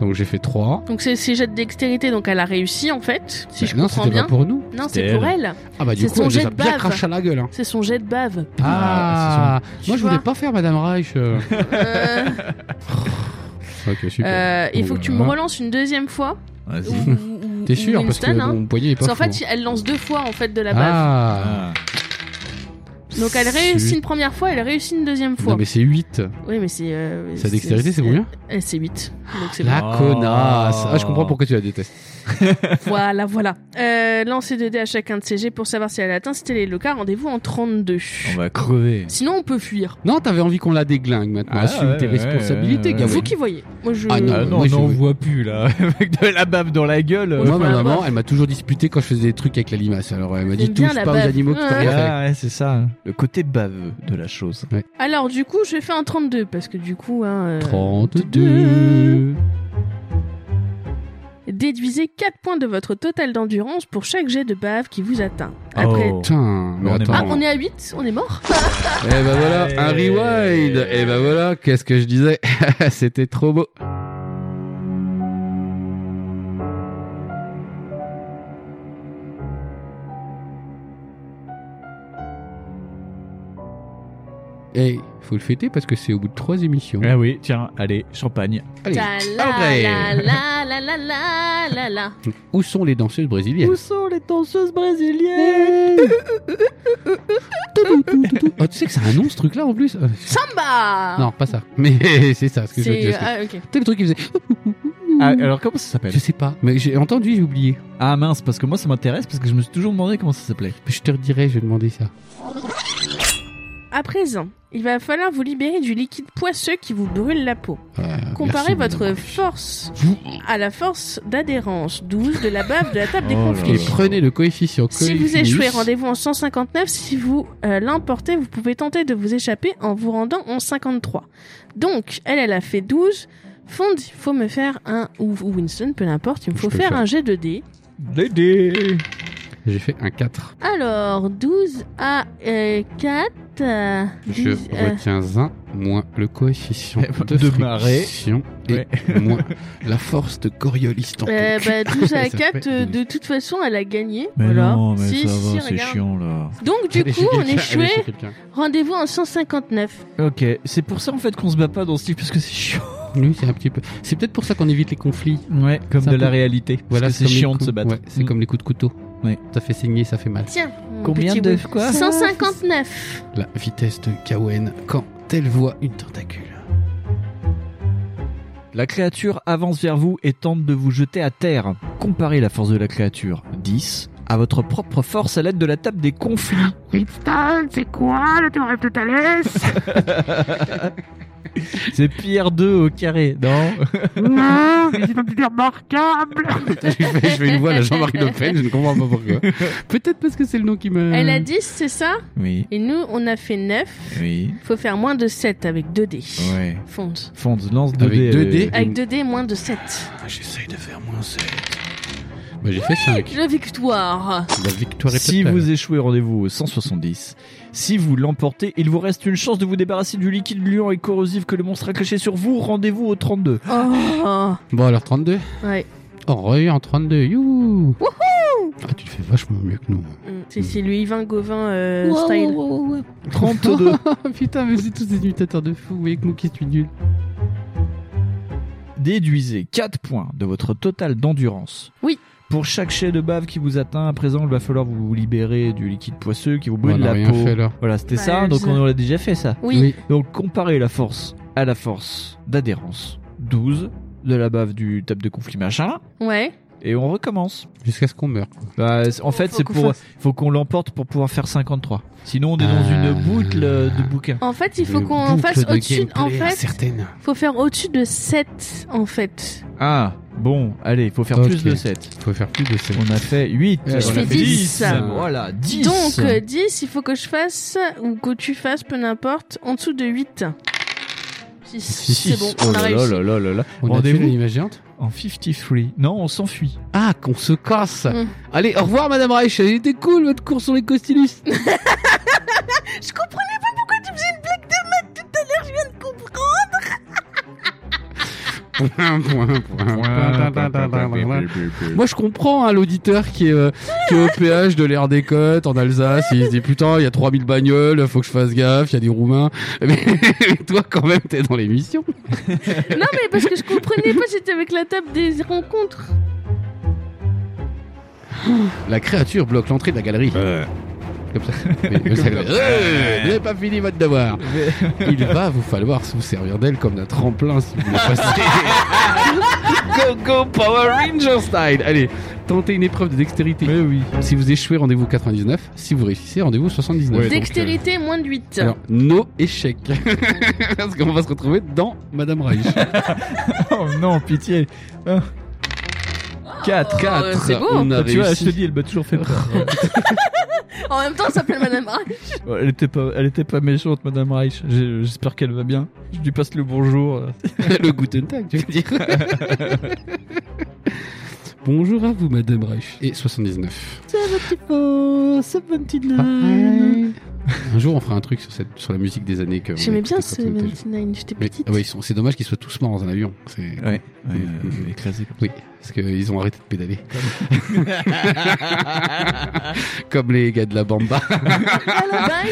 Speaker 3: Donc j'ai fait 3.
Speaker 5: Donc c'est ses jets de dextérité, donc elle a réussi en fait, si je
Speaker 3: Bah non,
Speaker 5: comprends
Speaker 3: c'était
Speaker 5: bien.
Speaker 3: pas pour nous.
Speaker 5: Non, c'est pour elle.
Speaker 3: Ah bah du
Speaker 5: C'est
Speaker 3: coup,
Speaker 5: son
Speaker 3: elle nous
Speaker 5: jet
Speaker 3: a
Speaker 5: de
Speaker 3: bien
Speaker 5: bave.
Speaker 3: craché à la gueule. hein.
Speaker 5: C'est son jet de bave. c'est
Speaker 3: Ah,
Speaker 5: son-
Speaker 3: moi
Speaker 5: Tu
Speaker 3: je voulais
Speaker 5: vois
Speaker 3: pas faire Madame Reich. euh.
Speaker 5: Euh,
Speaker 3: ok, super.
Speaker 5: euh, il
Speaker 3: Bon,
Speaker 5: faut que tu me
Speaker 3: voilà.
Speaker 5: relances une deuxième fois.
Speaker 6: Vas-y.
Speaker 3: T'es sûr
Speaker 5: ou
Speaker 3: Parce que
Speaker 5: Winston, hein.
Speaker 3: mon poignet est pas
Speaker 5: Parce qu'en
Speaker 3: fou,
Speaker 5: fait, elle lance deux fois en fait de la
Speaker 3: hein.
Speaker 5: bave.
Speaker 3: Ah,
Speaker 5: Donc elle réussit une première fois, elle réussit une deuxième fois.
Speaker 3: Non mais c'est 8.
Speaker 5: Oui, mais c'est. euh,
Speaker 3: Sa dextérité, c'est combien
Speaker 5: euh, C'est 8. Donc c'est
Speaker 3: La
Speaker 5: bon.
Speaker 3: connasse Ah, je comprends pourquoi tu la détestes.
Speaker 5: Voilà, voilà. Euh, lancez 2 dés à chacun de ces jets pour savoir si elle atteint. Si tel est le cas, rendez-vous en 32.
Speaker 6: On va crever.
Speaker 5: Sinon, on peut fuir.
Speaker 3: Non, t'avais envie qu'on la déglingue maintenant.
Speaker 6: Ah,
Speaker 3: Assume
Speaker 6: ouais,
Speaker 3: tes
Speaker 6: ouais,
Speaker 3: responsabilités,
Speaker 6: ouais, ouais,
Speaker 3: gamin.
Speaker 5: Vous qui voyez. Moi, je.
Speaker 3: Ah non,
Speaker 6: Ah non,
Speaker 3: moi,
Speaker 6: non,
Speaker 3: je
Speaker 6: on
Speaker 3: veux-
Speaker 6: voit plus là. Avec de la bave dans la gueule.
Speaker 3: Moi, ma
Speaker 5: la
Speaker 3: maman,
Speaker 5: bave.
Speaker 3: elle m'a toujours disputé quand je faisais des trucs avec la limace. Alors, elle m'a dit
Speaker 5: J'aime bien
Speaker 3: touche
Speaker 5: la
Speaker 3: pas aux
Speaker 5: bave.
Speaker 3: animaux qui t'ont rien fait.
Speaker 6: Ah ouais, c'est ça. Le côté baveux de la chose.
Speaker 5: Alors, du coup, je fais un 32 parce que du coup, hein, euh,
Speaker 3: 32.
Speaker 5: déduisez 4 points de votre total d'endurance pour chaque jet de bave qui vous atteint. Après.
Speaker 6: Oh.
Speaker 3: Putain, mais
Speaker 6: On est
Speaker 3: attends.
Speaker 5: Ah, on est à 8 On est mort
Speaker 3: Eh ben voilà, un
Speaker 6: Hey.
Speaker 3: rewind. Eh ben voilà, qu'est-ce que je disais C'était trop beau. Eh, faut le fêter parce que c'est au bout de trois émissions.
Speaker 4: Ah oui, tiens, allez, champagne.
Speaker 3: Allez,
Speaker 5: Ta
Speaker 3: après.
Speaker 5: la la la la la la la.
Speaker 3: Où sont les danseuses brésiliennes
Speaker 5: sont les danseuses brésiliennes
Speaker 3: Oh, tu sais que ça annonce ce truc-là en plus Euh,
Speaker 5: Samba
Speaker 3: Non, pas ça. Mais c'est ça ce que je veux
Speaker 5: C'est
Speaker 3: dire.
Speaker 5: ah, ok.
Speaker 3: le truc qui faisait.
Speaker 4: Ah, alors comment ça s'appelle
Speaker 3: Je sais pas, mais j'ai entendu, j'ai oublié.
Speaker 4: Ah mince, parce que moi ça m'intéresse parce que je me suis toujours demandé comment ça s'appelait.
Speaker 3: Je te redirai, je vais demander ça.
Speaker 5: À présent, il va falloir vous libérer du liquide poisseux qui vous brûle la peau.
Speaker 3: Ah,
Speaker 5: Comparez votre force à la force d'adhérence 12 de la bave de la table des
Speaker 3: Et
Speaker 5: conflits.
Speaker 3: prenez le coefficient.
Speaker 5: Si vous
Speaker 3: coefficient.
Speaker 5: échouez, rendez-vous en 159. Si vous euh, l'emportez, vous pouvez tenter de vous échapper en vous rendant en 53. Donc, elle, elle a fait 12. Fond, il faut me faire un... Ou ou Winston, peu importe, il me faut
Speaker 3: peux
Speaker 5: faire,
Speaker 3: faire.
Speaker 5: un jet de dés.
Speaker 4: Dédé
Speaker 3: J'ai fait un 4.
Speaker 5: Alors, 12 à euh, 4... euh,
Speaker 3: Je
Speaker 5: 10, euh,
Speaker 3: retiens 1 moins le coefficient de,
Speaker 4: de marée.
Speaker 3: friction et moins la force de Coriolis. dans ton
Speaker 5: euh,
Speaker 3: cul.
Speaker 5: bah, 12 à
Speaker 3: Ça
Speaker 5: 4,
Speaker 3: fait
Speaker 5: euh,
Speaker 3: douze.
Speaker 5: de toute façon, elle a gagné.
Speaker 4: Mais
Speaker 5: voilà.
Speaker 4: non, mais
Speaker 5: Si,
Speaker 4: ça
Speaker 5: si,
Speaker 4: va, c'est
Speaker 5: regarde.
Speaker 4: chiant là.
Speaker 5: Donc, du
Speaker 3: Allez,
Speaker 5: coup,
Speaker 3: j'ai
Speaker 5: on
Speaker 3: quelqu'un, allez,
Speaker 5: échouait.
Speaker 3: j'ai quelqu'un.
Speaker 5: Rendez-vous en 159.
Speaker 4: Ok, c'est pour ça en fait qu'on se bat pas dans ce type parce que c'est chiant.
Speaker 3: Oui, c'est un petit peu. C'est peut-être pour ça qu'on évite les conflits.
Speaker 4: Ouais, comme
Speaker 3: C'est
Speaker 4: de
Speaker 3: un
Speaker 4: la
Speaker 3: peu-
Speaker 4: réalité. Voilà, c'est
Speaker 3: comme les
Speaker 4: chiant de
Speaker 3: coups-
Speaker 4: se battre.
Speaker 3: ouais, c'est
Speaker 4: Mm.
Speaker 3: comme les coups de couteau.
Speaker 4: Ouais.
Speaker 3: Ça fait saigner, ça fait mal.
Speaker 5: Tiens. mon
Speaker 4: Combien
Speaker 5: petit
Speaker 4: de
Speaker 5: Will.
Speaker 4: quoi
Speaker 5: 159.
Speaker 3: La vitesse de Kawen quand elle voit une tentacule.
Speaker 4: La créature avance vers vous et tente de vous jeter à terre. Comparez la force de la créature, 10, à votre propre force à l'aide de la table des conflits.
Speaker 2: Winston, c'est quoi le théorème de Thalès
Speaker 4: C'est Pierre 2 au carré, non
Speaker 2: Non, mais c'est un petit remarquable.
Speaker 3: je, fais, je fais une voix à la Jean-Marie Le Pen, je ne comprends pas pourquoi. Peut-être parce que c'est le nom qui me.
Speaker 4: Euh.
Speaker 5: Elle a 10, c'est ça
Speaker 4: Oui,
Speaker 5: Et nous, on a fait 9.
Speaker 4: oui,
Speaker 5: Faut faire moins de 7 avec 2 dés.
Speaker 4: ouais.
Speaker 5: Fonte.
Speaker 4: Fonds, lance 2
Speaker 3: Avec
Speaker 4: dés. Euh,
Speaker 3: deux dés.
Speaker 5: Avec 2 dés, moins de 7.
Speaker 3: J'essaye de faire moins 7. Bah, j'ai fait 5.
Speaker 5: La victoire
Speaker 3: La victoire est
Speaker 4: Si
Speaker 3: totale.
Speaker 4: vous échouez, rendez-vous au 170. Si vous l'emportez, il vous reste une chance de vous débarrasser du liquide gluant et corrosif que le monstre a caché sur vous. Rendez-vous au 32.
Speaker 5: Oh
Speaker 3: Bon, alors 32
Speaker 5: Ouais.
Speaker 3: Oh, re en 32, youhou Ah, tu le fais vachement mieux que nous.
Speaker 5: Mm. C'est c'est le Yvain Gauvin euh, style.
Speaker 4: 32.
Speaker 3: Putain, mais c'est tous des imitateurs de fou, vous voyez que nous qui suis nul.
Speaker 4: Déduisez 4 points de votre total d'endurance.
Speaker 5: Oui.
Speaker 4: Pour chaque jet de bave qui vous atteint, à présent, il va falloir vous libérer du liquide poisseux qui vous
Speaker 3: Bon,
Speaker 4: brûle
Speaker 3: on a
Speaker 4: la
Speaker 3: rien
Speaker 4: peau.
Speaker 3: fait là.
Speaker 4: Voilà, c'était
Speaker 5: Bah,
Speaker 4: ça.
Speaker 5: je
Speaker 4: Donc
Speaker 5: sais.
Speaker 4: on l'a déjà fait ça.
Speaker 5: Oui.
Speaker 4: Donc comparez la force à la force d'adhérence. 12 de la bave du table de conflit machin.
Speaker 5: Ouais.
Speaker 4: Et on recommence.
Speaker 3: Jusqu'à ce qu'on meure.
Speaker 4: Bah, c'est- en fait,
Speaker 5: Faut
Speaker 4: c'est
Speaker 5: qu'on
Speaker 4: pour.
Speaker 5: fasse-
Speaker 4: Faut qu'on l'emporte pour pouvoir faire 53. Sinon, on est dans
Speaker 3: Ah.
Speaker 4: une boucle euh, de bouquins.
Speaker 5: En fait, il faut
Speaker 3: Une
Speaker 5: qu'on en
Speaker 3: boucle
Speaker 5: fasse
Speaker 3: de
Speaker 5: au-dessus. En
Speaker 3: gameplay
Speaker 5: fait,
Speaker 3: incertaine.
Speaker 5: faut faire au-dessus de 7, en fait.
Speaker 4: Ah, bon, allez, il faut faire
Speaker 3: Ok.
Speaker 4: plus de 7.
Speaker 3: Faut faire plus de 7.
Speaker 4: On a fait 8.
Speaker 3: Je
Speaker 4: on a
Speaker 5: fais
Speaker 4: fait
Speaker 5: 10.
Speaker 4: Voilà, 10.
Speaker 5: Donc, euh, 10, il faut que je fasse, ou que tu fasses, peu n'importe, en dessous de 8. 6, c'est bon,
Speaker 4: oh
Speaker 5: on a
Speaker 4: là
Speaker 5: réussi.
Speaker 4: là là là là.
Speaker 3: On a tué
Speaker 4: Rendez-vous
Speaker 3: l'animage géante
Speaker 4: en 53. Non, on s'enfuit.
Speaker 3: Ah, qu'on se casse
Speaker 5: Mm.
Speaker 3: Allez, au revoir Madame Reich, elle était cool votre cours sur les costilus
Speaker 5: Je comprenais pas pourquoi tu faisais une blague de maths tout à l'heure, je viens de comprendre.
Speaker 3: Moi je comprends hein, l'auditeur qui, est, euh, qui est au péage de l'air des côtes en Alsace, il se dit putain il y a 3000 bagnoles, faut que je fasse gaffe, il y a des roumains. Mais toi quand même t'es dans l'émission.
Speaker 5: Non, mais parce que je comprenais pas, j'étais avec la table des rencontres.
Speaker 3: La créature bloque l'entrée de la galerie. Comme ça. Mais- mais ça- Euh, vous n'avez pas fini votre devoir. Il va vous falloir vous servir d'elle comme d'un tremplin si vous voulez passer. go go Power Ranger style. Allez, tentez une épreuve de dextérité.
Speaker 4: oui.
Speaker 3: Si vous échouez, rendez-vous 99. Si vous réussissez, rendez-vous 79.
Speaker 4: Ouais,
Speaker 3: Donc,
Speaker 5: Dextérité, moins de 8.
Speaker 3: euh, alors, nos échecs. Parce qu'on va se retrouver dans Madame Reich.
Speaker 4: Oh non, pitié. Ah. 4.
Speaker 5: euh, c'est beau.
Speaker 3: On a
Speaker 4: tu vois, je te
Speaker 3: réussi.
Speaker 4: dis, elle m'a toujours fait peur.
Speaker 5: En même temps, ça s'appelle Madame A.
Speaker 4: Ouais, Elle était pas, elle était pas méchante, Madame Reich. J'ai- J'espère qu'elle va bien. Je lui passe le bonjour.
Speaker 3: Le Guten Tag, tu veux dire. Bonjour à vous, Madame Reich. Et 79.
Speaker 4: Ça va petit peu, ça va petit
Speaker 3: Bye. Un jour, on fera un truc sur, cette, sur la musique des années que. on
Speaker 5: J'aimais bien
Speaker 3: écoutait
Speaker 5: ce
Speaker 3: quand on était jeune.
Speaker 5: 99, j'étais
Speaker 3: Mais-
Speaker 5: petite.
Speaker 3: ah ouais, ils sont- c'est dommage qu'ils soient tous morts dans un avion. C'est...
Speaker 4: Ouais, euh, écrasés
Speaker 3: Oui, parce qu'ils ont arrêté de pédaler. Comme les gars de la Bamba.
Speaker 5: bail, Ah,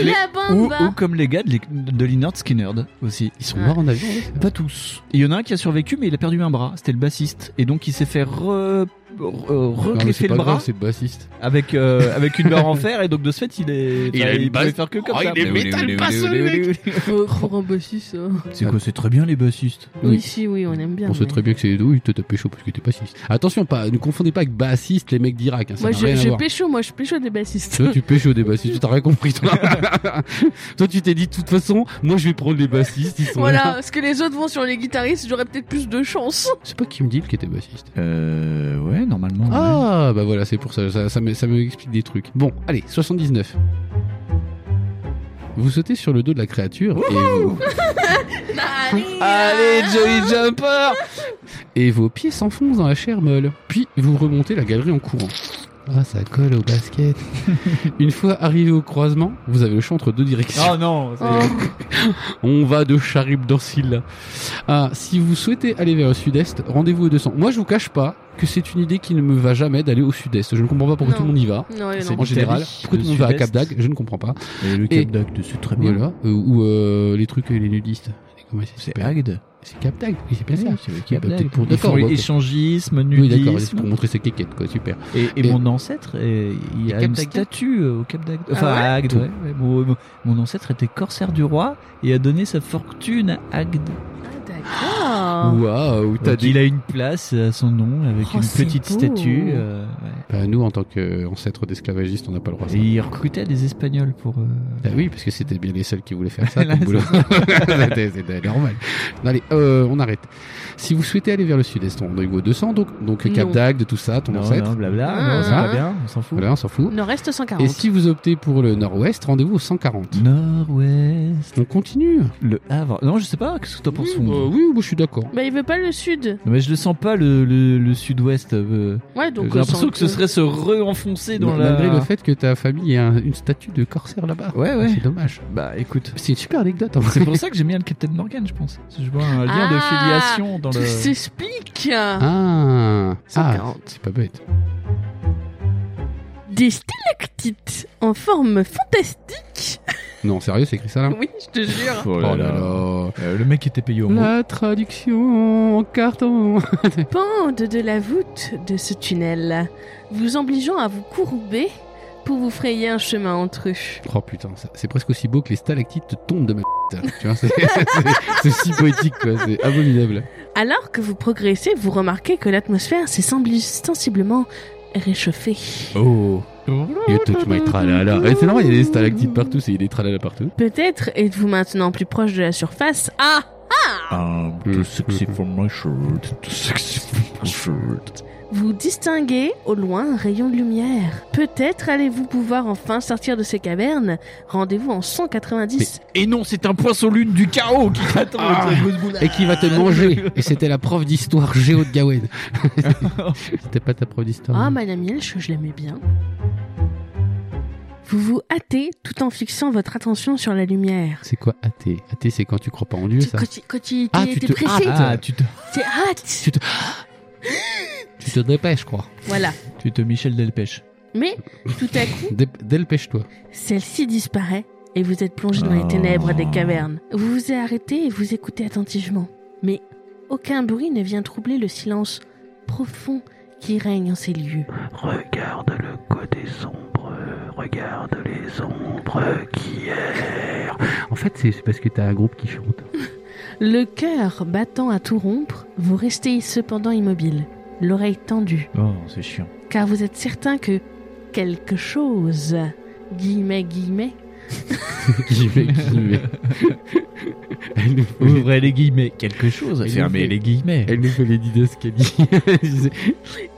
Speaker 5: la
Speaker 4: ou,
Speaker 5: bamba.
Speaker 4: ou comme les gars de l'é- de l'Inert Skinnerd aussi.
Speaker 3: Ils sont morts en avion,
Speaker 4: Pas tous. Il y en a un qui a survécu, mais il a perdu un bras. C'était le bassiste. Et donc, il s'est fait re... re-
Speaker 3: Non, mais c'est
Speaker 4: recliffer
Speaker 3: pas
Speaker 4: le bras
Speaker 3: grave, c'est bassiste.
Speaker 4: avec, euh, avec une barre en fer. Et donc, de ce fait, il est.
Speaker 3: Il
Speaker 4: enfin,
Speaker 3: a une
Speaker 4: pouvait
Speaker 3: base-
Speaker 4: faire que comme
Speaker 3: Oh,
Speaker 4: ça.
Speaker 3: il est
Speaker 4: Mais-
Speaker 3: métal basseux, le mec.
Speaker 5: Faut- Pour un bassiste. euh.
Speaker 4: C'est quoi, c'est très bien les bassistes.
Speaker 5: Oui, si, oui, on aime bien.
Speaker 3: On sait
Speaker 5: mais-
Speaker 3: très bien que c'est oui, t'as t'as pécho parce que t'es bassiste. Attention, pas, ne confondez pas avec bassiste les mecs d'Irak. Hein, ça
Speaker 5: Moi,
Speaker 3: n'a rien
Speaker 5: je,
Speaker 3: à
Speaker 5: je
Speaker 3: voir.
Speaker 5: pécho, moi, je pécho des bassistes.
Speaker 3: Toi, tu pécho des bassistes, tu t'as rien compris, toi. toi, tu t'es dit, de toute façon, moi, je vais prendre les bassistes, ils sont
Speaker 5: Voilà,
Speaker 3: là.
Speaker 5: parce que les autres vont sur les guitaristes, j'aurais peut-être plus de chance.
Speaker 3: C'est pas Kim Deal qui était bassiste.
Speaker 4: Euh, ouais, normalement.
Speaker 3: Ah, bah voilà, c'est pour ça, ça, ça me, ça me explique des trucs. Bon, allez, 79. Vous sautez sur le dos de la créature et vous...
Speaker 5: hein.
Speaker 3: Allez, Jolly Jumper Et vos pieds s'enfoncent dans la chair molle. Puis vous remontez la galerie en courant. Ah, ça colle au basket. Une fois arrivé au croisement, vous avez le choix entre deux directions.
Speaker 4: Oh non, c'est-
Speaker 3: Ah. On va de Charib d'Orsil. Ah, si vous souhaitez aller vers le sud-est, rendez-vous au 200. Moi, je vous cache pas que c'est une idée qui ne me va jamais d'aller au sud-est. Je ne comprends pas pourquoi
Speaker 5: Non.
Speaker 3: tout le monde y va.
Speaker 5: Non, et
Speaker 3: C'est
Speaker 5: non.
Speaker 3: en général.
Speaker 4: l'Italie,
Speaker 3: Pourquoi
Speaker 4: le
Speaker 3: tout le monde va à
Speaker 4: sud-est.
Speaker 3: Cap d'Agde Je ne comprends pas.
Speaker 4: Et le
Speaker 3: Et-
Speaker 4: Cap d'Agde, c'est très bien.
Speaker 3: Voilà. Euh, ou euh, les trucs, euh, les nudistes. Comment ça
Speaker 4: C'est
Speaker 3: s'appelle
Speaker 4: Agde.
Speaker 3: C'est Cap d'Agde. Oui, c'est bien ça.
Speaker 4: Oui, c'est le Cap
Speaker 3: Bah, peut-être
Speaker 4: d'Agde.
Speaker 3: pour-
Speaker 4: Ils
Speaker 3: d'accord,
Speaker 4: font
Speaker 3: ouais, ok.
Speaker 4: échangisme,
Speaker 3: Oui, d'accord. C'est
Speaker 4: nudisme.
Speaker 3: pour montrer ses kékettes, quoi. Super.
Speaker 4: Et, et
Speaker 3: Et-
Speaker 4: mon ancêtre, euh, il y
Speaker 3: Et
Speaker 4: a
Speaker 3: Cap
Speaker 4: une
Speaker 3: d'Agde
Speaker 4: statue euh, au Cap d'Agde. Enfin,
Speaker 5: ouais
Speaker 4: à Agde,
Speaker 3: Tout.
Speaker 4: ouais, ouais. Mon, mon- mon ancêtre était corsaire du roi et a donné sa fortune à Agde. Ah.
Speaker 5: D'accord.
Speaker 3: Waouh. t'as
Speaker 4: Donc,
Speaker 3: dit.
Speaker 4: Il a une place à son nom avec
Speaker 5: Oh,
Speaker 4: une
Speaker 5: c'est
Speaker 4: petite
Speaker 5: beau.
Speaker 4: statue. euh, ouais.
Speaker 3: Bah, nous, en tant qu'ancêtres d'esclavagistes, on n'a pas le droit à ça.
Speaker 4: Et il recrutait des Espagnols pour. euh,
Speaker 3: Bah oui, parce que c'était bien les seuls qui voulaient faire ça
Speaker 4: Là,
Speaker 3: comme boulot. C'était- C'était normal. Non, allez, euh, on arrête. Si vous souhaitez aller vers le sud-est, on doit au 200, donc, donc Cap
Speaker 5: Non.
Speaker 3: d'Agde, tout ça, ton
Speaker 4: Non,
Speaker 3: ancêtre.
Speaker 4: non, blabla.
Speaker 5: Ah,
Speaker 4: non, c'est
Speaker 5: ah,
Speaker 4: pas bien, on s'en fout.
Speaker 3: Voilà, on s'en fout.
Speaker 5: Nord-Est
Speaker 3: Et
Speaker 5: 140.
Speaker 3: si vous optez pour le nord-ouest, rendez-vous au 140.
Speaker 4: Nord-Ouest,
Speaker 3: On continue.
Speaker 4: le Havre. Non, je sais pas, qu'est-ce que t'en penses
Speaker 3: oui,
Speaker 4: Fondu
Speaker 3: bah oui, moi je suis d'accord.
Speaker 5: Bah, il veut pas le sud.
Speaker 4: Non, Mais je le sens pas, le, le- le sud-ouest. euh,
Speaker 5: Ouais, donc.
Speaker 4: J'ai l'impression
Speaker 5: sans-
Speaker 4: que ce serait se re-enfoncer dans la.
Speaker 3: Malgré le fait que ta famille ait un- une statue de corsaire là-bas.
Speaker 4: Ouais, ouais.
Speaker 3: C'est dommage.
Speaker 4: Bah écoute.
Speaker 3: C'est une super anecdote en
Speaker 4: C'est
Speaker 3: vrai.
Speaker 4: pour ça que j'aime bien le Captain Morgan, je pense. Parce que Je vois un lien de
Speaker 5: Ah,
Speaker 4: filiation dans
Speaker 5: Tout
Speaker 4: le.
Speaker 5: s'explique.
Speaker 3: Ah, ah
Speaker 5: 140.
Speaker 3: c'est pas bête.
Speaker 5: Des stalactites en forme fantastique.
Speaker 3: Non, sérieux, c'est écrit ça là
Speaker 5: Oui, je te jure.
Speaker 4: Oh
Speaker 3: là.
Speaker 4: Euh, le mec était payé au mot.
Speaker 3: La traduction en carton.
Speaker 5: Pende de la voûte de ce tunnel, vous obligeant à vous courber pour vous frayer un chemin entre eux.
Speaker 3: Oh putain, ça- c'est presque aussi beau que les stalactites te tombent de ma tu vois, c'est- c'est c'est si poétique quoi, c'est abominable.
Speaker 5: Alors que vous progressez, vous remarquez que l'atmosphère s'est sembli- sensiblement réchauffée.
Speaker 3: Oh, you touch my tralala. Et c'est normal, il y a des stalactites partout, c'est il y a des tralala partout.
Speaker 5: Peut-être êtes-vous maintenant plus proche de la surface. Ah
Speaker 4: I'm
Speaker 3: too sexy
Speaker 4: for my shirt. Too sexy for my shirt.
Speaker 5: Vous distinguez au loin un rayon de lumière. Peut-être allez-vous pouvoir enfin sortir de ces cavernes. Rendez-vous en 190.
Speaker 4: Et non, c'est un poisson lune du chaos qui t'attend.
Speaker 3: Ah. Et qui va te manger Et c'était la prof d'histoire géo de Gawain. c'était pas ta prof d'histoire.
Speaker 5: Ah, Madame Yelch, je l'aimais bien. Vous vous hâtez tout en fixant votre attention sur la lumière.
Speaker 3: C'est quoi athée Athée, c'est quand tu crois pas en Dieu,
Speaker 5: Tu-
Speaker 3: ça
Speaker 5: Quand tu, quand tu-
Speaker 3: Ah,
Speaker 5: tu-
Speaker 3: tu
Speaker 5: t'es
Speaker 3: te
Speaker 5: pressé,
Speaker 4: Ah, tu te,
Speaker 5: t'es hâte.
Speaker 3: Tu te dépêches, je crois.
Speaker 5: Voilà.
Speaker 4: tu te Michel Delpech.
Speaker 5: Mais tout à coup,
Speaker 3: Dé- Dépêche-toi.
Speaker 5: Celle-ci disparaît et vous êtes plongé dans les
Speaker 4: Oh.
Speaker 5: ténèbres des cavernes. Vous vous êtes arrêté et vous écoutez attentivement. Mais aucun bruit ne vient troubler le silence profond qui règne en ces lieux.
Speaker 2: Regarde le côté sombre, regarde les ombres qui errent.
Speaker 3: En fait, c'est parce que t'as un groupe qui chante.
Speaker 5: Le cœur battant à tout rompre, vous restez cependant immobile, l'oreille tendue,
Speaker 4: Oh, c'est chiant.
Speaker 5: car vous êtes certain que quelque chose, guillemets, guillemets,
Speaker 3: guillemets, guillemets. Elle nous fait-
Speaker 4: Ouvrez les guillemets. Quelque chose.
Speaker 3: Il
Speaker 4: Fermez
Speaker 3: fait-
Speaker 4: les guillemets.
Speaker 3: Elle nous fait les didascalies. Elle disait,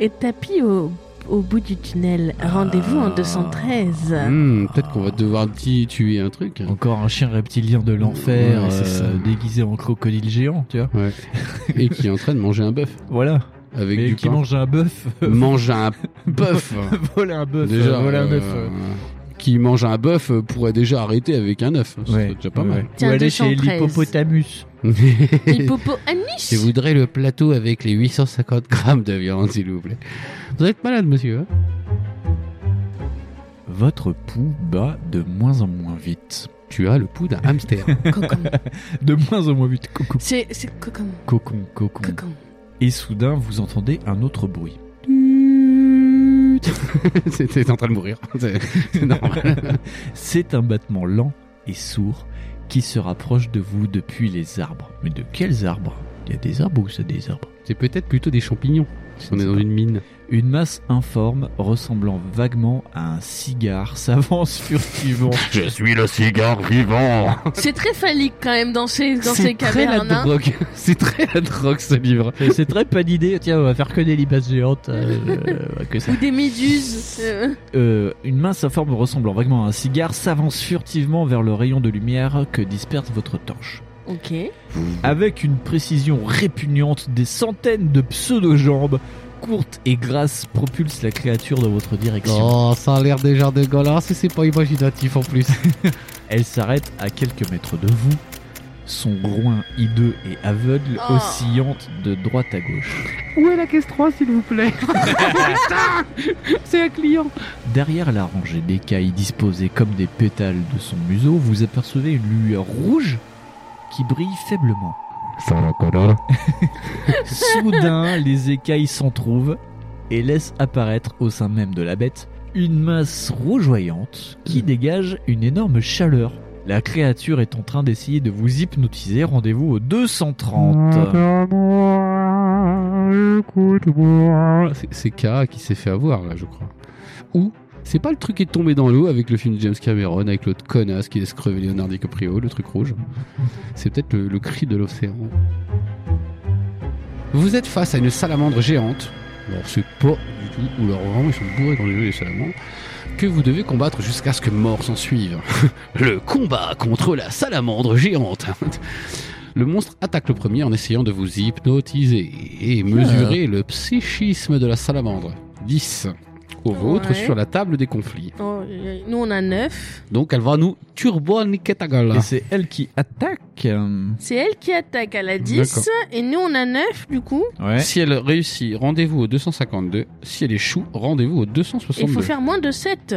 Speaker 5: est tapis au, au bout du tunnel. Rendez-vous en 213.
Speaker 3: Hmm, peut-être qu'on va devoir ti- tuer un truc.
Speaker 4: Encore un chien reptilien de l'enfer
Speaker 3: Ouais, c'est ça.
Speaker 4: euh, déguisé en crocodile géant, tu vois.
Speaker 3: Ouais. Et qui est en train de manger un bœuf.
Speaker 4: Voilà.
Speaker 3: Avec
Speaker 4: Mais
Speaker 3: du
Speaker 4: qui
Speaker 3: pain.
Speaker 4: mange un bœuf,
Speaker 3: Mange un bœuf.
Speaker 4: voler un bœuf,
Speaker 3: Déjà,
Speaker 4: voler un
Speaker 3: euh,
Speaker 4: bœuf, euh,
Speaker 3: qui mange un bœuf euh, pourrait déjà arrêter avec un œuf. C'est déjà pas mal.
Speaker 5: Tiens, Ou aller chez 213.
Speaker 4: l'hippopotamus.
Speaker 5: Hippopo Anish
Speaker 3: Je voudrais le plateau avec les 850 grammes de viande, s'il vous plaît. Vous êtes malade, monsieur. hein
Speaker 4: Votre pouls bat de moins en moins vite.
Speaker 3: Tu as le pouls d'un hamster.
Speaker 4: de moins en moins vite. Coucou.
Speaker 5: C'est c'est cocon.
Speaker 4: Cocon, cocon.
Speaker 5: Cocon.
Speaker 4: Et soudain, vous entendez un autre bruit.
Speaker 3: C'est- T'es en train de mourir. C'est c'est normal.
Speaker 4: C'est un battement lent et sourd qui se rapproche de vous depuis les arbres. Mais de quels arbres Il y a des arbres ou c'est des arbres
Speaker 3: C'est peut-être plutôt des champignons. On est dans une mine.
Speaker 4: Une masse informe ressemblant vaguement à un cigare s'avance furtivement.
Speaker 11: Je suis le cigare vivant.
Speaker 5: C'est très phallique quand même dans ces, dans ces
Speaker 3: très la
Speaker 5: cavernes. hein.
Speaker 3: drogue. C'est très la drogue ce livre.
Speaker 4: Et C'est très pas d'idée. Tiens, on va faire que des libaces géantes. euh, euh, que ça.
Speaker 5: Ou des méduses. euh.
Speaker 4: Euh, une mince forme ressemblant vaguement à un cigare s'avance furtivement vers le rayon de lumière que disperse votre torche.
Speaker 5: Ok.
Speaker 4: Avec une précision répugnante, des centaines de pseudo-jambes courtes et grasses propulsent la créature dans votre direction.
Speaker 3: Oh, ça a l'air déjà dégueulasse et c'est pas imaginatif en plus.
Speaker 4: Elle s'arrête à quelques mètres de vous, son groin hideux et aveugle
Speaker 5: Oh.
Speaker 4: oscillante de droite à gauche.
Speaker 2: Où est la caisse 3, s'il vous plaît Putain C'est un client
Speaker 4: Derrière la rangée d'écailles disposées comme des pétales de son museau, vous apercevez une lueur rouge qui brille faiblement. Soudain, les écailles s'entrouvent et laissent apparaître au sein même de la bête une masse rougeoyante
Speaker 3: Mm.
Speaker 4: qui dégage une énorme chaleur. La créature est en train d'essayer de vous hypnotiser. Rendez-vous
Speaker 3: Mm.
Speaker 4: au 230.
Speaker 2: Entends-moi, écoute-moi.
Speaker 3: C'est- C'est K qui s'est fait avoir là, je crois. Ou c'est pas le truc qui est tombé dans l'eau avec le film de James Cameron avec l'autre connasse qui laisse crever Leonardo DiCaprio, le truc rouge. C'est peut-être le, le cri de l'océan. Vous êtes face à une salamandre géante. Alors c'est pas du tout ou leur vraiment ils sont bourrés dans les jeux les salamandres. Que vous devez combattre jusqu'à ce que mort s'en suive. le combat contre la salamandre géante. Le monstre attaque le premier en essayant de vous hypnotiser et mesurer le psychisme de la salamandre. 10 au vôtre
Speaker 5: Ouais.
Speaker 3: sur la table des conflits.
Speaker 5: Oh, euh, nous on a 9.
Speaker 3: Donc elle va nous turbo niquer ta gueule.
Speaker 4: Et c'est elle qui attaque. euh,
Speaker 5: C'est elle qui attaque à la 10. Et nous on a 9 du coup.
Speaker 4: Ouais.
Speaker 3: Si elle réussit, rendez-vous au 252. Si elle échoue, rendez-vous au
Speaker 5: Il
Speaker 3: 262.
Speaker 5: faut faire moins de 7.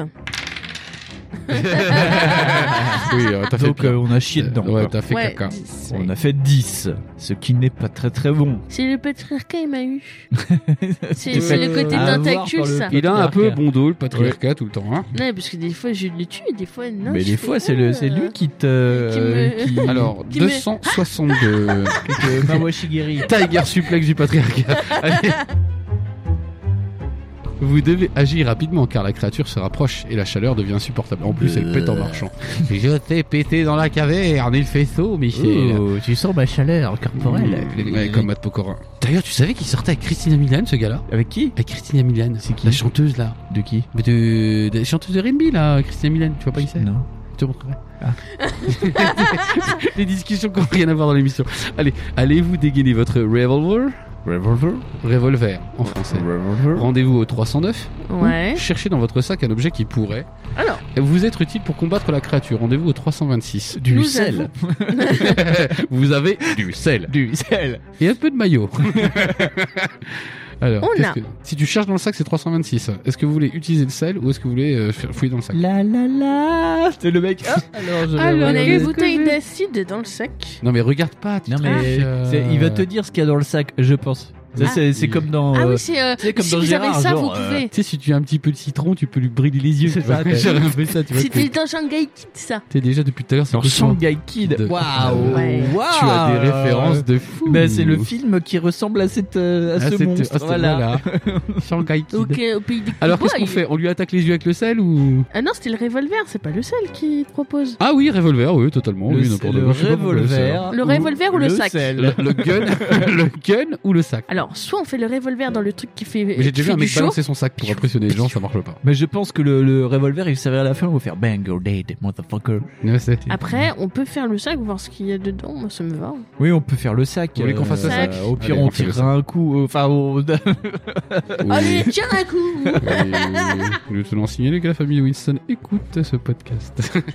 Speaker 3: Oui, euh, t'as fait
Speaker 4: Donc
Speaker 3: pire.
Speaker 4: euh, on a chié dedans.
Speaker 3: Ouais,
Speaker 4: quoi.
Speaker 3: t'as fait
Speaker 5: Ah. Ouais,
Speaker 3: caca.
Speaker 5: 10, ouais.
Speaker 4: On a fait 10, ce qui n'est pas très très bon.
Speaker 5: C'est le patriarcat il m'a eu.
Speaker 4: Tu
Speaker 5: C'est c'est le
Speaker 4: fais
Speaker 5: côté
Speaker 4: avoir
Speaker 5: tentacule
Speaker 4: par le
Speaker 5: ça.
Speaker 3: Il a un peu
Speaker 4: Patriarcat.
Speaker 3: bon dos, le patriarcat, tout le temps. hein.
Speaker 5: Non parce que des fois je le tue et des fois non.
Speaker 4: Mais
Speaker 5: je
Speaker 4: des
Speaker 5: fais,
Speaker 4: fois, c'est le-
Speaker 5: ah.
Speaker 4: c'est lui qui te. euh,
Speaker 5: Qui me-
Speaker 4: qui-
Speaker 3: Alors,
Speaker 5: Qui me-
Speaker 3: 262.
Speaker 4: qui te- Mawashigiri.
Speaker 3: Tiger suplex du patriarcat. Allez. Vous devez agir rapidement car la créature se rapproche et la chaleur devient insupportable. En plus, elle pète en marchant. Euh. Je t'ai pété dans la caverne, il fait saut, Michel.
Speaker 4: Oh, tu sens ma chaleur
Speaker 3: Mmh. Ouais, comme Matt Pokora. D'ailleurs, tu savais qu'il sortait avec Christina Milian, ce gars-là
Speaker 4: Avec qui
Speaker 3: Avec Christina Milian, c'est
Speaker 4: qui
Speaker 3: La chanteuse, là.
Speaker 4: De qui
Speaker 3: Mais de, de- chanteuse de R&B, là, Christina Milian. Tu vois pas qui c'est
Speaker 4: Non.
Speaker 3: Je te montrerai. Les discussions qui n'ont rien à voir dans l'émission. Allez, allez-vous dégainer votre revolver
Speaker 4: Revolver
Speaker 3: Revolver, en français.
Speaker 4: Revolver
Speaker 3: Rendez-vous au 309.
Speaker 5: Euh, Ouais.
Speaker 3: Ou cherchez dans votre sac un objet qui pourrait
Speaker 5: Alors.
Speaker 3: vous être utile pour combattre la créature. Rendez-vous au 326.
Speaker 4: Du
Speaker 5: Nous
Speaker 4: sel
Speaker 3: vous avez du sel
Speaker 4: Du sel
Speaker 3: et un peu de maillot. Alors,
Speaker 5: On
Speaker 3: qu'est-ce
Speaker 5: a.
Speaker 3: que- si tu cherches dans le sac, c'est 326. Est-ce que vous voulez utiliser le sel ou est-ce que vous voulez euh, faire fouiller dans le sac
Speaker 4: La la la C'est le mec Ah, Alors je vais-
Speaker 5: On a une
Speaker 2: qu'est-ce que
Speaker 5: bouteille
Speaker 2: j'ai
Speaker 5: d'acide dans le
Speaker 4: Euh,
Speaker 5: sac.
Speaker 3: Non mais regarde pas. tu
Speaker 4: Non
Speaker 3: te
Speaker 4: mais
Speaker 3: fiches, euh,
Speaker 4: c'est- il va te dire ce qu'il y a dans le sac, je pense. Ça,
Speaker 3: Ah.
Speaker 4: C'est c'est comme dans.
Speaker 5: Ah
Speaker 4: euh,
Speaker 5: oui c'est. euh,
Speaker 4: c'est comme
Speaker 5: si
Speaker 4: dans
Speaker 5: vous
Speaker 4: Gérard,
Speaker 5: avez ça
Speaker 4: genre,
Speaker 5: vous
Speaker 4: euh,
Speaker 5: pouvez.
Speaker 3: Tu sais, si tu as un petit peu de citron, tu peux lui briller les yeux.
Speaker 4: C'est
Speaker 3: tu vois.
Speaker 4: ça, t'as-
Speaker 3: J'aurais un peu ça, tu vois.
Speaker 5: C'était
Speaker 3: T'es
Speaker 5: dans Shanghai Kid ça.
Speaker 3: t'es déjà depuis tout à l'heure, c'est
Speaker 4: Dans
Speaker 3: cauchemar.
Speaker 4: Shanghai Kid
Speaker 3: De-
Speaker 4: Waouh
Speaker 5: Ouais.
Speaker 4: Waouh.
Speaker 3: Tu as des références de fou.
Speaker 4: Ben, c'est le film qui ressemble à, cette, euh, à
Speaker 3: Ah,
Speaker 4: ce
Speaker 3: c'était-
Speaker 4: monstre.
Speaker 3: ah, c'était-
Speaker 4: voilà.
Speaker 3: voilà. Shanghai Kid.
Speaker 5: Ok au pays des
Speaker 3: Alors qu'est-ce
Speaker 5: cow-boys.
Speaker 3: qu'on fait On lui attaque les yeux avec le sel ou
Speaker 5: Ah non c'était le revolver c'est pas le sel qui te propose.
Speaker 3: Ah oui, revolver, oui, totalement.
Speaker 4: le
Speaker 3: oui, n'importe
Speaker 4: le
Speaker 3: quoi. Je sais pas pourquoi le sel.
Speaker 4: revolver.
Speaker 5: Le revolver ou le sac
Speaker 4: sel.
Speaker 3: Le, le gun, le gun ou le sac.
Speaker 5: Alors Alors, soit on fait le revolver dans le truc qui fait.
Speaker 3: Mais J'ai déjà vu un
Speaker 5: qui fait
Speaker 3: mec
Speaker 5: du
Speaker 3: balancer
Speaker 5: chaud.
Speaker 3: son sac pour impressionner les gens, ça marche pas.
Speaker 4: Mais Bah, je pense que le, le revolver, il servira à la fin, on va faire bang or dead, motherfucker.
Speaker 5: Après, on peut faire le sac, voir ce qu'il y a dedans. Moi, ça me va.
Speaker 4: Oui, on peut faire le sac. Euh,
Speaker 3: Vous voulez qu'on fasse le sac
Speaker 4: Au pire,
Speaker 3: Allez,
Speaker 4: on
Speaker 3: on fait le
Speaker 4: tirera un coup. euh, Enfin, on-
Speaker 5: Allez, tiens un
Speaker 3: Et
Speaker 5: coup
Speaker 3: Nous tenons à signaler que la famille Winston écoute ce podcast.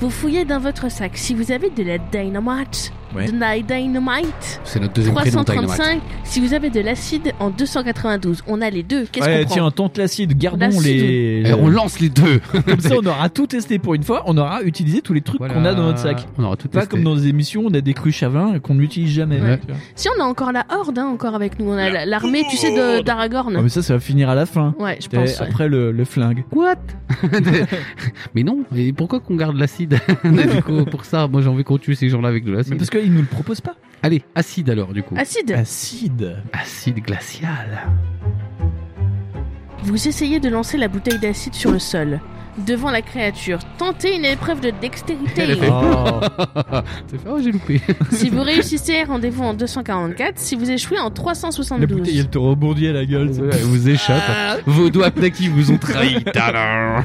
Speaker 5: Vous fouillez dans votre sac. Si vous avez de la dynamite,
Speaker 3: Ouais.
Speaker 5: de la dynamite.
Speaker 3: C'est notre deuxième prénom, Dynamite.
Speaker 5: 335. Si vous avez de l'acide en 292, on a les deux. Qu'est-ce
Speaker 4: Ouais,
Speaker 5: qu'on prend
Speaker 4: tiens, tente l'acide, gardons
Speaker 5: L'acide.
Speaker 4: les. euh,
Speaker 3: Et Eh ben, on lance les deux
Speaker 4: Comme ça, on aura tout testé pour une fois, on aura utilisé tous les trucs qu'on a dans notre sac.
Speaker 3: On aura tout
Speaker 4: Pas
Speaker 3: testé.
Speaker 4: comme dans les émissions, on a des cruches à vin qu'on n'utilise jamais.
Speaker 3: Ouais.
Speaker 4: tu vois.
Speaker 5: Si on a encore la horde, hein, encore avec nous, on a la- l'armée, tu sais, de- d'Aragorn.
Speaker 4: Ah, mais ça, ça va finir à la fin.
Speaker 5: Ouais, je
Speaker 4: Et
Speaker 5: pense,
Speaker 3: Euh,
Speaker 5: ouais.
Speaker 4: Après le, le flingue.
Speaker 5: What
Speaker 3: Mais non, et pourquoi qu'on garde l'acide Du coup, Pour ça, moi j'ai envie qu'on tue ces gens-là avec de l'acide.
Speaker 4: Mais parce qu'ils nous le proposent pas.
Speaker 3: Allez, acide alors, du coup.
Speaker 5: Acide.
Speaker 4: Acide.
Speaker 3: Acide glacial.
Speaker 5: Vous essayez de lancer la bouteille d'acide sur le sol, devant la créature. Tentez une épreuve de
Speaker 3: Elle
Speaker 5: dextérité.
Speaker 3: a fait. T'as fait, oh, j'ai loupé.
Speaker 5: si vous réussissez, rendez-vous en 244. Si vous échouez, en
Speaker 4: La bouteille,
Speaker 5: 372.
Speaker 4: elle te rebondit à la gueule. ça.
Speaker 3: Elle vous échappe. Vos doigts qui vous ont trahi. Tadam.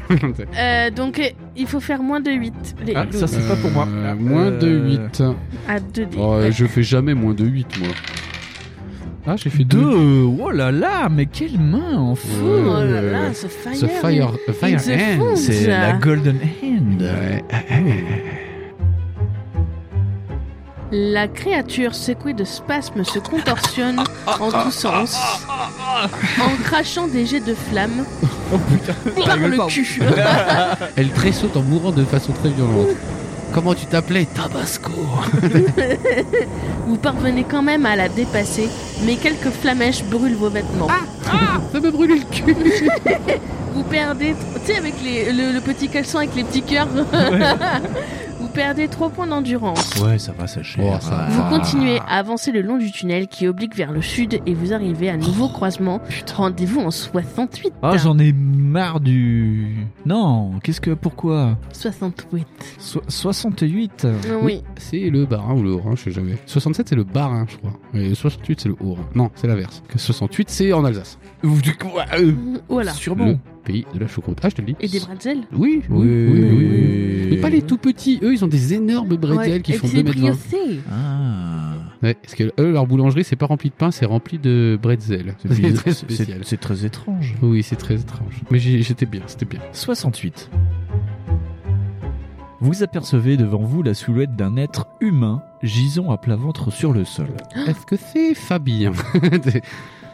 Speaker 5: Euh, donc, euh, il faut faire moins de 8. Les,
Speaker 4: Ah, ça, c'est pas pour moi.
Speaker 3: Euh, moins de 8.
Speaker 5: À 2 dés.
Speaker 3: Oh, euh, je fais jamais moins de 8, moi. Ah, j'ai fait 2.
Speaker 4: Deux. euh, Oh là là, mais quelle main en feu.
Speaker 5: Oh là là, ce fire.
Speaker 3: Ce fire,
Speaker 5: il-
Speaker 3: fire
Speaker 5: il se fonde.
Speaker 3: hand.
Speaker 4: C'est la Golden Hand.
Speaker 5: La créature secouée de spasmes se contorsionne en tous sens, en crachant des jets de flammes par le cul.
Speaker 3: Elle tressaute en mourant de façon très violente. Comment tu t'appelais Tabasco.
Speaker 5: Vous parvenez quand même à la dépasser, mais quelques flamèches brûlent vos vêtements.
Speaker 3: Ah, Ça me brûlait le cul.
Speaker 5: Vous perdez, tu sais, avec les- le, le petit caleçon avec les petits cœurs, vous perdez 3 points d'endurance.
Speaker 4: Ouais, ça va, ça
Speaker 3: Oh, ça
Speaker 5: Vous
Speaker 3: va.
Speaker 5: continuez à avancer le long du tunnel qui oblique vers le sud et vous arrivez à un nouveau croisement. Rendez-vous en 68.
Speaker 4: Ah, j'en ai marre du. Non, qu'est-ce que. Pourquoi
Speaker 5: 68.
Speaker 4: So-
Speaker 3: Ah
Speaker 4: 68
Speaker 5: Oui.
Speaker 3: C'est le barin ou le haut-rhin, je sais jamais. 67, c'est le barin, je crois. Et 68, c'est le haut-rhin. Non, c'est l'inverse. Que 68, c'est en Alsace. Ou du coup, euh,
Speaker 5: Voilà.
Speaker 4: Sûrement.
Speaker 3: Le pays de la choucroute. Ah, je te le dis.
Speaker 5: Et des bretzels
Speaker 3: Oui, oui, oui, oui, oui. Mais pas les tout petits. Eux, ils ont des énormes bretelles
Speaker 5: Ouais,
Speaker 3: qui
Speaker 5: et
Speaker 3: font
Speaker 5: des
Speaker 3: 2m20.
Speaker 5: briochés.
Speaker 4: Ah.
Speaker 3: Ouais, parce que eux, leur boulangerie, c'est pas rempli de pain, c'est rempli de bretzels.
Speaker 4: C'est
Speaker 3: C'est
Speaker 4: bizarre,
Speaker 3: très
Speaker 4: c'est-
Speaker 3: spécial.
Speaker 4: C'est très étrange.
Speaker 3: Oui, c'est très étrange. Mais j'ai- j'étais bien, c'était bien.
Speaker 4: 68. Vous apercevez devant vous la silhouette d'un être humain gisant à plat ventre sur le sol.
Speaker 3: Est-ce que c'est Fabien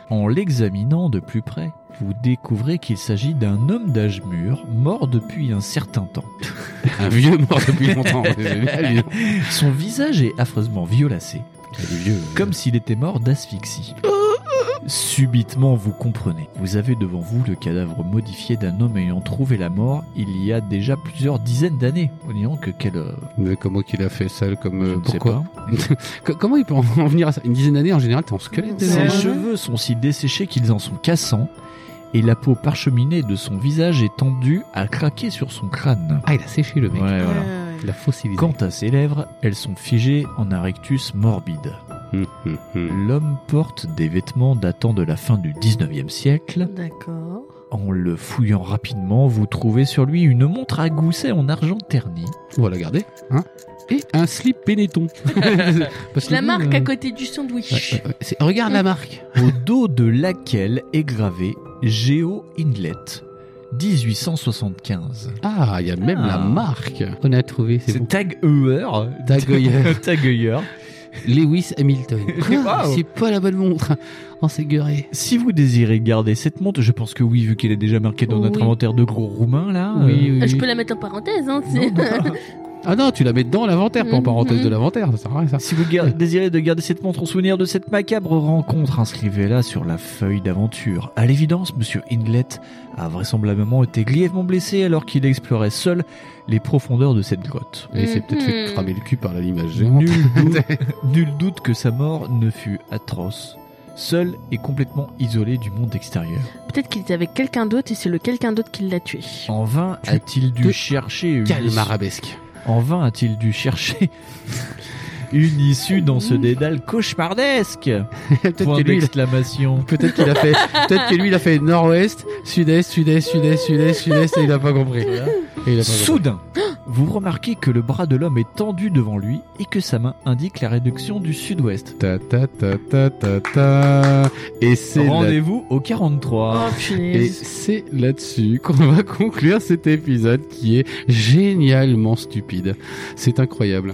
Speaker 4: En l'examinant de plus près, vous découvrez qu'il s'agit d'un homme d'âge mûr, mort depuis un certain temps.
Speaker 3: Un vieux mort depuis longtemps. c'est génial, lui.
Speaker 4: Son visage est affreusement violacé,
Speaker 3: Il est vieux. euh,
Speaker 4: comme s'il était mort d'asphyxie. Subitement, vous comprenez. Vous avez devant vous le cadavre modifié d'un homme ayant trouvé la mort il y a déjà plusieurs dizaines d'années. On dirait que quel... euh,
Speaker 3: Mais comment qu'il a fait ça comme
Speaker 4: je
Speaker 3: euh,
Speaker 4: ne sais
Speaker 3: pourquoi
Speaker 4: pas.
Speaker 3: Co- Comment il peut en venir à ça Une dizaine d'années en général, t'es en squelette.
Speaker 4: Ses
Speaker 3: déjà.
Speaker 4: cheveux sont si desséchés qu'ils en sont cassants, et la peau parcheminée de son visage est tendue à craquer sur son crâne.
Speaker 3: Ah, il a séché le mec.
Speaker 4: Ouais, voilà.
Speaker 3: Il a fossilisé.
Speaker 4: Quant à ses lèvres, elles sont figées en un rectus morbide.
Speaker 3: Hum, hum, hum.
Speaker 4: L'homme porte des vêtements datant de la fin du 19e siècle.
Speaker 5: D'accord.
Speaker 4: En le fouillant rapidement, vous trouvez sur lui une montre à gousset en argent terni.
Speaker 3: On va la garder. Hein Et un slip Benetton. Parce
Speaker 5: Je la
Speaker 3: que,
Speaker 5: marque
Speaker 3: euh,
Speaker 5: à côté du sandwich.
Speaker 3: ouais, ouais, ouais. C'est- Regarde la marque.
Speaker 4: au dos de laquelle est gravé Géo Inlet 1875.
Speaker 3: Ah, il y a même
Speaker 4: Ah.
Speaker 3: la marque. On a trouvé, c'est bon.
Speaker 4: Tag Heuer.
Speaker 3: Tag Heuer.
Speaker 4: Tag Heuer.
Speaker 3: Lewis Hamilton. Ah,
Speaker 4: Wow.
Speaker 3: C'est pas la bonne montre. Oh, On s'est gueuré.
Speaker 4: Si vous désirez garder cette montre, je pense que oui, vu qu'elle est déjà marquée dans notre
Speaker 5: Oui.
Speaker 4: inventaire de gros roumains là. euh,
Speaker 5: Ah, Je peux la mettre en parenthèse, hein. c'est-
Speaker 3: Ah non, tu la mets dans l'inventaire, pas en
Speaker 5: Mhm.
Speaker 3: parenthèse de l'inventaire, ça sert à rien ça.
Speaker 4: Si vous gar- désirez de garder cette montre en souvenir de cette macabre rencontre, inscrivez-la sur la feuille d'aventure. À l'évidence, Monsieur Inlet a vraisemblablement été grièvement blessé alors qu'il explorait seul les profondeurs de cette grotte.
Speaker 3: Et il s'est peut-être fait
Speaker 5: Mhm.
Speaker 3: cramer le cul par la limage géante.
Speaker 4: Nul doute, nul doute que sa mort ne fut atroce. Seul et complètement isolé du monde extérieur.
Speaker 5: Peut-être qu'il était avec quelqu'un d'autre et c'est le quelqu'un d'autre qui l'a tué.
Speaker 4: En vain
Speaker 3: Tu
Speaker 4: a-t-il
Speaker 3: te
Speaker 4: dû chercher une
Speaker 3: Quel marabesque.
Speaker 4: En vain a-t-il dû chercher une issue dans ce dédale cauchemardesque. Point
Speaker 3: que lui, il-
Speaker 4: d'exclamation.
Speaker 3: Peut-être qu'il a fait, peut-être que lui il a fait nord-ouest, sud-est, sud-est, sud-est, sud-est, sud-est et il a pas compris. Et il a pas compris.
Speaker 4: Soudain, vous remarquez que le bras de l'homme est tendu devant lui et que sa main indique la réduction du sud-ouest.
Speaker 3: Ta ta ta ta ta ta. Et c'est la-
Speaker 4: Rendez-vous
Speaker 3: Oh,
Speaker 4: au
Speaker 5: Oh,
Speaker 4: 43.
Speaker 3: Et c'est là-dessus qu'on va conclure cet épisode qui est génialement stupide. C'est incroyable.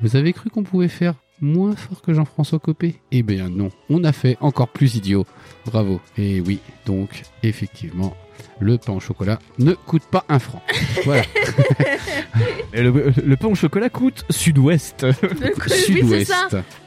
Speaker 3: Vous avez cru qu'on pouvait faire moins fort que Jean-François Copé Eh bien non, on a fait encore plus idiot. Bravo. Et oui, donc effectivement, le pain au chocolat ne coûte pas un franc. Voilà.
Speaker 4: Mais le, le pain au chocolat coûte sud-ouest.
Speaker 3: Sud-Ouest.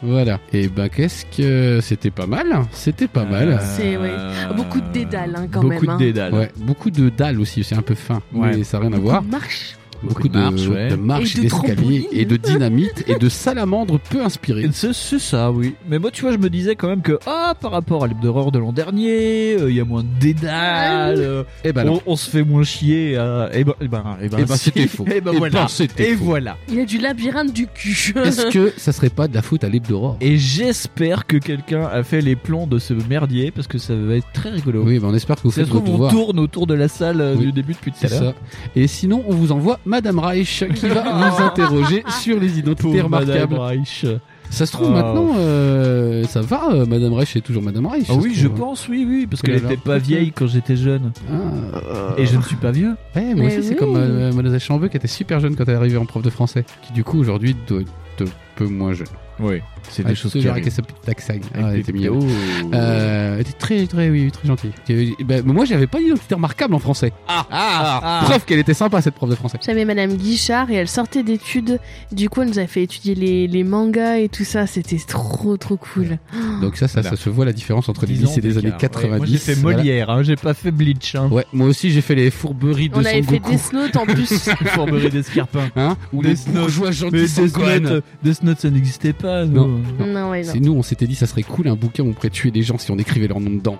Speaker 3: Voilà. Et ben qu'est-ce que c'était pas mal hein. C'était
Speaker 4: Euh,
Speaker 3: pas mal.
Speaker 5: C'est ouais. beaucoup de dédales hein, quand
Speaker 3: beaucoup
Speaker 5: même. hein.
Speaker 3: de dédales. Ouais, beaucoup de dalles aussi, c'est un peu fin,
Speaker 4: Ouais.
Speaker 3: mais ça n'a rien à voir.
Speaker 5: Marche.
Speaker 3: Beaucoup de
Speaker 4: marches, ouais.
Speaker 3: de marches,
Speaker 4: Et de
Speaker 3: d'escaliers et de dynamite et de salamandres peu inspirées.
Speaker 4: C'est c'est ça, oui. Mais moi, tu vois, je me disais quand même que, ah, par rapport à l'hebdoreur de l'an dernier, euh, il y a moins de
Speaker 5: Ah
Speaker 4: dédales. euh,
Speaker 3: Eh ben
Speaker 4: on-
Speaker 3: non.
Speaker 4: on, se fait moins chier. euh, eh ben, eh ben, eh ben,
Speaker 3: Eh ben,
Speaker 4: si.
Speaker 3: c'était faux. Eh
Speaker 4: Eh ben,
Speaker 3: ben,
Speaker 4: voilà.
Speaker 3: c'était
Speaker 4: Et
Speaker 3: faux.
Speaker 4: voilà.
Speaker 5: Il y a du labyrinthe du cul.
Speaker 3: Est-ce que ça serait pas de la faute à l'hebdoror
Speaker 4: Et j'espère que quelqu'un a fait les plans de ce merdier parce que ça va être très rigolo.
Speaker 3: Oui, ben on espère que vous
Speaker 4: ça
Speaker 3: faites
Speaker 4: se trouve,
Speaker 3: votre
Speaker 4: on
Speaker 3: devoir.
Speaker 4: tourne autour de la salle euh,
Speaker 3: Oui,
Speaker 4: du début depuis tout
Speaker 3: C'est
Speaker 4: à l'heure.
Speaker 3: ça. Et sinon, on vous envoie Madame Reich qui va vous interroger sur les identités
Speaker 4: Pauvre Madame
Speaker 3: remarquables.
Speaker 4: Reich.
Speaker 3: Ça se trouve
Speaker 4: Ah.
Speaker 3: maintenant, euh, ça va, euh, Madame Reich est toujours Madame Reich.
Speaker 4: Ah
Speaker 3: ça
Speaker 4: oui,
Speaker 3: se
Speaker 4: je
Speaker 3: trouve.
Speaker 4: pense, oui, oui, parce
Speaker 3: Oh
Speaker 4: qu'elle
Speaker 3: là là.
Speaker 4: n'était pas vieille quand j'étais jeune.
Speaker 3: Ah.
Speaker 4: Et je ne suis pas vieux.
Speaker 3: Ouais, moi
Speaker 4: Mais
Speaker 3: aussi, c'est
Speaker 4: oui.
Speaker 3: comme euh, Mademoiselle Chambeux qui était super jeune quand elle est arrivée en prof de français, qui du coup aujourd'hui doit être un peu moins jeune.
Speaker 4: Oui, c'est
Speaker 3: Ah,
Speaker 4: des choses
Speaker 3: ce
Speaker 4: qui
Speaker 3: genre Avec
Speaker 4: arrivent.
Speaker 3: sa petite taxagne. Ah, elle
Speaker 4: des
Speaker 3: était
Speaker 4: petits-
Speaker 3: mignonne.
Speaker 4: Oh.
Speaker 3: Euh, elle était très, très, oui, très gentille. Il y avait- bah, mais moi, j'avais pas d'identité remarquable en français. Ah,
Speaker 5: ah.
Speaker 3: Preuve qu'elle était sympa, cette prof de français.
Speaker 5: J'avais Madame Guichard et elle sortait d'études. Du coup, elle nous a fait étudier les, les mangas et tout ça. C'était trop trop cool.
Speaker 3: Donc ça, ça, ça se voit la différence entre les
Speaker 4: 10
Speaker 3: lycées
Speaker 4: ans
Speaker 3: des années
Speaker 4: d'écart.
Speaker 3: 90.
Speaker 4: Ouais, moi, j'ai fait
Speaker 3: voilà.
Speaker 4: Molière, hein, j'ai pas fait Bleach. hein.
Speaker 3: Ouais, moi aussi, j'ai fait les fourberies de
Speaker 5: On
Speaker 3: Son
Speaker 5: avait fait
Speaker 3: Goku.
Speaker 5: des notes en plus.
Speaker 4: Fourberie d'escarpin.
Speaker 3: Hein Ou les bourgeois
Speaker 4: Mais
Speaker 3: gentils sont
Speaker 4: Death Note, Death Note, ça n'existait pas. nous.
Speaker 3: Non.
Speaker 5: Non, ouais, non.
Speaker 3: C'est nous, on s'était dit, ça serait cool un bouquin où on pourrait tuer des gens si on écrivait leur nom dedans.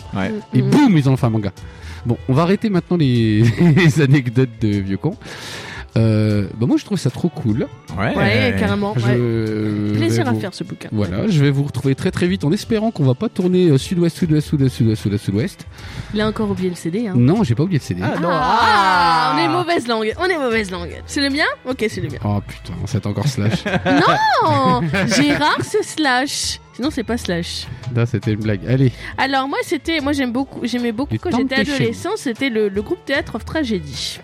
Speaker 3: Et
Speaker 5: Mm.
Speaker 3: boum, ils en ont fait un manga. Bon, on va arrêter maintenant les, les anecdotes de vieux con. Euh, bah moi, je trouve ça trop cool.
Speaker 5: Ouais,
Speaker 4: Ah,
Speaker 5: carrément.
Speaker 3: Je-
Speaker 5: ouais.
Speaker 3: euh,
Speaker 5: Plaisir
Speaker 3: vais
Speaker 5: à
Speaker 3: vous-
Speaker 5: faire ce bouquin.
Speaker 3: Voilà, je vais vous retrouver très très vite en espérant qu'on va pas tourner euh, sud-ouest, sud-ouest, sud-ouest, sud-ouest, sud-ouest, sud-ouest.
Speaker 5: Il a encore oublié le CD. Hein.
Speaker 3: Non, j'ai pas oublié le CD.
Speaker 5: Ah, ah, on est mauvaise langue. On est mauvaise langue. C'est le mien Ok, c'est le mien.
Speaker 3: Oh putain, c'est encore slash. Oh.
Speaker 5: Non Gérard, c'est slash. Sinon, c'est pas slash.
Speaker 3: Là, c'était une blague. Allez,
Speaker 5: Alors moi c'était moi j'aime beaucoup j'aimais beaucoup
Speaker 3: Les
Speaker 5: quand j'étais
Speaker 3: Temptations.
Speaker 5: adolescent c'était le, le groupe théâtre of tragédie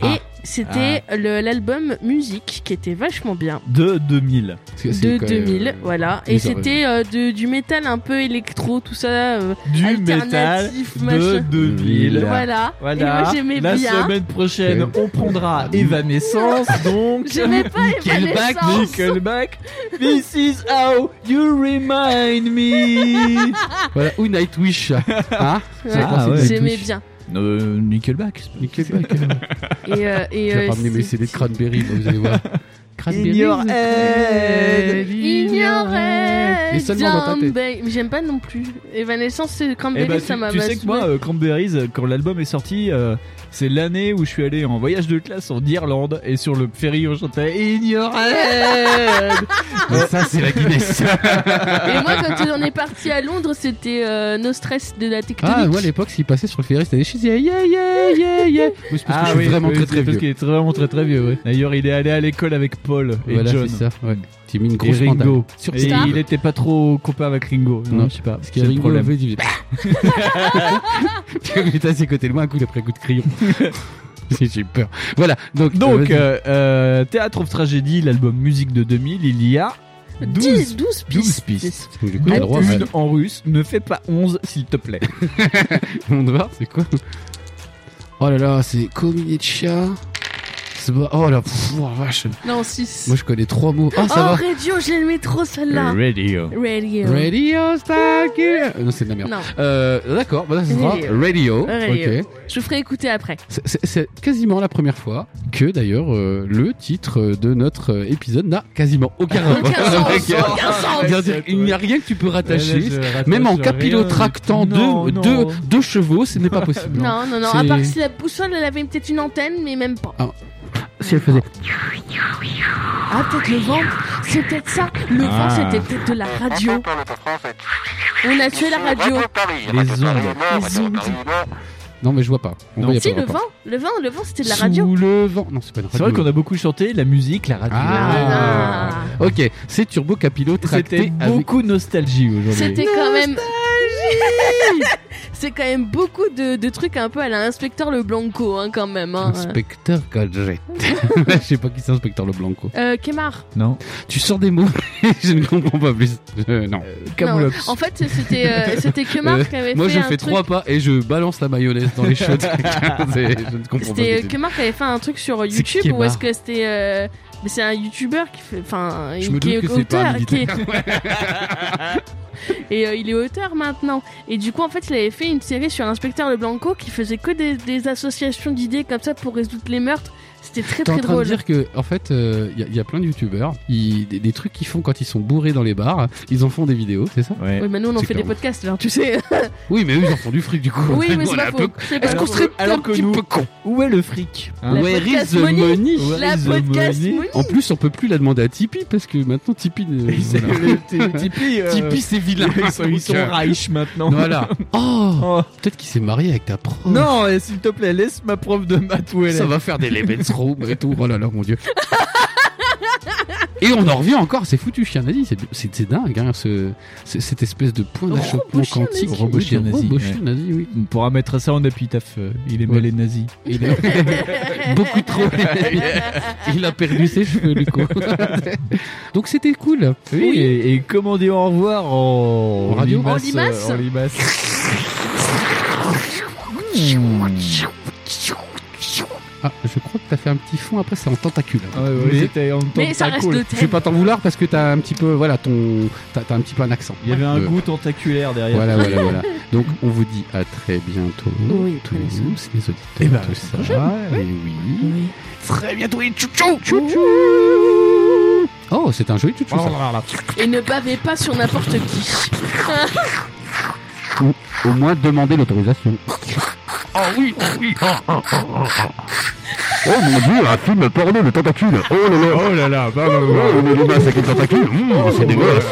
Speaker 3: Ah.
Speaker 5: et c'était le- l'album musique qui était vachement bien
Speaker 4: De 2000.
Speaker 3: Parce que c'est
Speaker 5: de
Speaker 3: quand même,
Speaker 5: 2000
Speaker 3: euh,
Speaker 5: voilà et
Speaker 3: bizarre.
Speaker 5: c'était euh, de- du métal un peu électro tout ça euh,
Speaker 4: Du métal
Speaker 5: alternatif
Speaker 4: de
Speaker 5: machin
Speaker 4: 2000.
Speaker 5: voilà.
Speaker 4: Voilà.
Speaker 5: et moi j'aimais
Speaker 4: La
Speaker 5: bien
Speaker 4: semaine prochaine, on prendra Evanescence, donc.
Speaker 5: J'aimais pas
Speaker 4: Nickelback,
Speaker 5: Evanescence.
Speaker 4: Nickelback. This is how you remind me.
Speaker 3: voilà, ou Nightwish. Hein
Speaker 5: Ouais,
Speaker 3: Ça commence avec
Speaker 5: j'aimais
Speaker 3: Nightwish.
Speaker 5: bien
Speaker 4: Euh, Nickelback.
Speaker 3: Nickelback.
Speaker 5: et, euh, et,
Speaker 3: Je vais
Speaker 5: euh,
Speaker 3: ramener mes CD de Cranberry, là, vous allez voir. Cranberry.
Speaker 4: In your head.
Speaker 5: Ignorait
Speaker 3: Et seulement dans ta tête.
Speaker 5: Jambé- Mais J'aime pas non plus. Evanescence, c'est
Speaker 4: Eh
Speaker 5: Cranberry,
Speaker 4: ben,
Speaker 5: ça
Speaker 4: tu,
Speaker 5: m'a
Speaker 4: tu
Speaker 5: m'a
Speaker 4: sais que moi,
Speaker 5: saoulé.
Speaker 4: euh, Cranberries, euh, quand l'album est sorti, euh, c'est l'année où je suis allé en voyage de classe en Irlande et sur le ferry on chantait Ignorant
Speaker 3: Mais ça, c'est la Guinness.
Speaker 5: Et moi, quand on est parti à Londres, c'était euh, No Stress de la tectonique.
Speaker 3: Ah, moi, à l'époque, s'il passait sur le ferry, c'était des choses. Yeah, yeah, yeah, yeah, yeah. Ah Oui, c'est parce
Speaker 4: Ah
Speaker 3: que je suis vraiment très très
Speaker 4: Parce
Speaker 3: vieux.
Speaker 4: qu'il est vraiment très très vieux, ouais. D'ailleurs, il est allé à l'école avec Paul et
Speaker 3: Voilà,
Speaker 4: John.
Speaker 3: c'est ça. Ouais. T'as mis une
Speaker 4: Et
Speaker 3: grosse
Speaker 4: Ringo.
Speaker 3: mandale. Sur
Speaker 4: Et
Speaker 3: Star.
Speaker 4: il était pas trop copain avec Ringo. Non,
Speaker 3: Non.
Speaker 4: je sais pas.
Speaker 3: Parce
Speaker 4: C'est
Speaker 3: qu'il y a
Speaker 4: le
Speaker 3: Ringo
Speaker 4: problème.
Speaker 3: avait dit. Puis il était à ses côtés de moi, un coup d'après coup de crayon. J'ai peur. Voilà, donc.
Speaker 4: Donc,
Speaker 3: euh,
Speaker 4: euh, euh, Théâtre of Tragédie, l'album musique de 2000, il y a
Speaker 5: 10, 12
Speaker 4: 12 12
Speaker 5: pistes.
Speaker 4: pistes.
Speaker 3: vas-y. Donc, du coup, t'as
Speaker 4: Dont
Speaker 3: le droit.
Speaker 4: une en russe, ne fais pas 11 s'il te plaît.
Speaker 3: Mon devoir, c'est quoi Oh là là, c'est Kominecha. Oh là, pff, oh, vache.
Speaker 5: Non, 6.
Speaker 3: Moi, je connais trois mots. Oh,
Speaker 5: oh,
Speaker 3: ça va.
Speaker 5: Radio, je l'aimais trop celle-là.
Speaker 4: Euh, Radio.
Speaker 5: Radio.
Speaker 3: Radio Stalker Non, c'est de la merde.
Speaker 5: Non.
Speaker 3: Euh, D'accord, bah là, ça sera
Speaker 5: Radio. Oh,
Speaker 3: Radio.
Speaker 5: Radio.
Speaker 3: Ok.
Speaker 5: Je vous ferai écouter après.
Speaker 3: C'est- c'est- C'est quasiment la première fois que, d'ailleurs, euh, le titre de notre euh, épisode n'a quasiment aucun rapport.
Speaker 5: Aucun sens,
Speaker 3: avec, euh,
Speaker 5: aucun sens.
Speaker 3: c'est-à-dire, Il n'y a rien que tu peux rattacher.
Speaker 4: Là, je rattache
Speaker 3: Même en
Speaker 4: rien.
Speaker 3: capillotractant
Speaker 4: Non,
Speaker 3: deux,
Speaker 4: non.
Speaker 3: deux, deux chevaux, ce n'est pas possible.
Speaker 5: Non, non, non,
Speaker 3: C'est-
Speaker 5: à part que si la boussole, elle avait peut-être une antenne, mais même pas.
Speaker 2: si elle faisait.
Speaker 5: Ah, peut-être le vent. C'est peut-être ça. Le
Speaker 2: Ah.
Speaker 5: vent, c'était peut-être de la radio. On a tué la radio.
Speaker 3: Les ondes.
Speaker 5: Les ondes.
Speaker 3: Non, mais je vois pas. En vrai, y a
Speaker 5: Si,
Speaker 3: pas
Speaker 5: le
Speaker 3: rapport.
Speaker 5: vent. Le vent, le vent, c'était de la radio.
Speaker 3: Sous le vent. Non, c'est pas une
Speaker 4: C'est
Speaker 3: radio.
Speaker 4: vrai qu'on a beaucoup chanté la musique, la radio.
Speaker 3: Ah. Ok, c'est Turbo Capillo
Speaker 4: C'était
Speaker 3: tracté avec...
Speaker 4: beaucoup de nostalgie aujourd'hui.
Speaker 5: C'était quand même. C'est quand même beaucoup de, de trucs un peu à l'inspecteur le Blanco, hein, quand même. hein.
Speaker 3: Inspecteur Gadget. je sais pas qui c'est Inspecteur Le Blanco.
Speaker 5: Euh, Kemar.
Speaker 3: Non. Tu sors des mots, je ne comprends pas plus. Euh, non.
Speaker 5: Non, En fait, c'était euh, c'était Kemar
Speaker 3: Euh,
Speaker 5: qui avait
Speaker 3: moi
Speaker 5: fait
Speaker 3: je
Speaker 5: un
Speaker 3: fais
Speaker 5: truc.
Speaker 3: trois pas et je balance la mayonnaise dans les shots. C'est- je ne comprends pas.
Speaker 5: C'était euh,
Speaker 3: du tout.
Speaker 5: Kemar qui avait fait un truc sur
Speaker 3: C'est
Speaker 5: YouTube ou
Speaker 3: Kemar.
Speaker 5: est-ce que c'était euh, mais c'est un youtubeur qui fait enfin
Speaker 3: Je me
Speaker 5: qui
Speaker 3: doute que c'est pas un
Speaker 5: qui est-
Speaker 3: militaire.
Speaker 5: et euh, il est auteur maintenant et du coup en fait il avait fait une série sur l'inspecteur Le Blanco qui faisait que des, des associations d'idées comme ça pour résoudre les meurtres c'était très
Speaker 3: T'es en
Speaker 5: très
Speaker 3: train
Speaker 5: drôle
Speaker 3: de dire que, en fait, il y, a- y a plein de youtubeurs, ils- des, des trucs qu'ils font quand ils sont bourrés dans les bars, ils en font des vidéos, c'est ça
Speaker 5: oui mais nous on en
Speaker 3: C'est
Speaker 5: fait des
Speaker 3: clairement-
Speaker 5: podcasts alors tu sais
Speaker 3: Oui, mais eux ils en font du fric du coup.
Speaker 5: Oui, mais
Speaker 3: Nous,
Speaker 5: c'est
Speaker 3: on
Speaker 5: pas
Speaker 3: est un
Speaker 5: faux.
Speaker 3: peu-
Speaker 5: C'est pas
Speaker 3: Est-ce qu'on
Speaker 5: faux.
Speaker 3: serait
Speaker 4: Alors
Speaker 3: un
Speaker 4: que
Speaker 3: petit
Speaker 4: nous-
Speaker 3: peu con
Speaker 4: Où est le fric
Speaker 3: Hein Where is
Speaker 5: podcast
Speaker 3: the
Speaker 5: money
Speaker 3: money
Speaker 5: La
Speaker 3: Where is the
Speaker 5: podcast
Speaker 3: money
Speaker 5: money
Speaker 3: En plus, on peut plus la demander à Tipeee parce que maintenant Tipeee. euh, voilà.
Speaker 4: Tipeee, euh,
Speaker 3: Tipeee, c'est vilain.
Speaker 4: Ils sont, ils sont
Speaker 3: Donc, euh,
Speaker 4: riches maintenant.
Speaker 3: Voilà. Oh, Peut-être qu'il s'est marié avec ta prof.
Speaker 4: Non, eh, s'il te plaît, laisse ma prof de maths où elle
Speaker 3: Ça
Speaker 4: est.
Speaker 3: va faire des Lebensraum et tout. Oh là là, mon dieu. Et on en revient encore, c'est foutu chien nazi, c'est- c'est c'est dingue, hein, ce, ce- cette espèce de point d'achoppement quantique. Oui,
Speaker 4: Robot
Speaker 3: des
Speaker 4: chien nazi.
Speaker 3: robots chiens nazis. oui.
Speaker 4: On pourra mettre ça en épitaphe. euh, Il aimait les nazis.
Speaker 3: Il est- beaucoup trop. Il a perdu ses cheveux, Luco. Donc c'était cool.
Speaker 4: Oui, Et, et comment dire au revoir en,
Speaker 3: En radio
Speaker 4: limace,
Speaker 3: En limace
Speaker 4: euh, en limace.
Speaker 3: Ah, je crois que t'as fait un petit fond après, c'est en tentacule.
Speaker 4: Ah ouais, c'était en Mais ça reste tentacule. le thème.
Speaker 3: Je vais pas t'en vouloir parce que t'as un petit peu, voilà, ton, t'as t'as un petit peu un accent.
Speaker 4: Il y avait un
Speaker 3: Euh,
Speaker 4: goût tentaculaire derrière.
Speaker 3: Voilà, voilà, voilà. Donc, on vous dit à très bientôt.
Speaker 4: Oui,
Speaker 3: tous
Speaker 4: prenez soin.
Speaker 3: les auditeurs.
Speaker 4: Eh ben,
Speaker 3: tout ça.
Speaker 4: prochaine.
Speaker 3: Et oui. Très bientôt, les tchou Oh, c'est un joli tchou-tchou. ça.
Speaker 5: et ne bavez pas sur n'importe qui
Speaker 3: Ou au moins demander l'autorisation.
Speaker 11: Oh oui, oh oui.
Speaker 3: Oh mon dieu, un film porno de tentacule. Oh là là. Oh Mmh, là là. Bah, bah, bah. Oh, une limace avec une tentacule. c'est dégueulasse.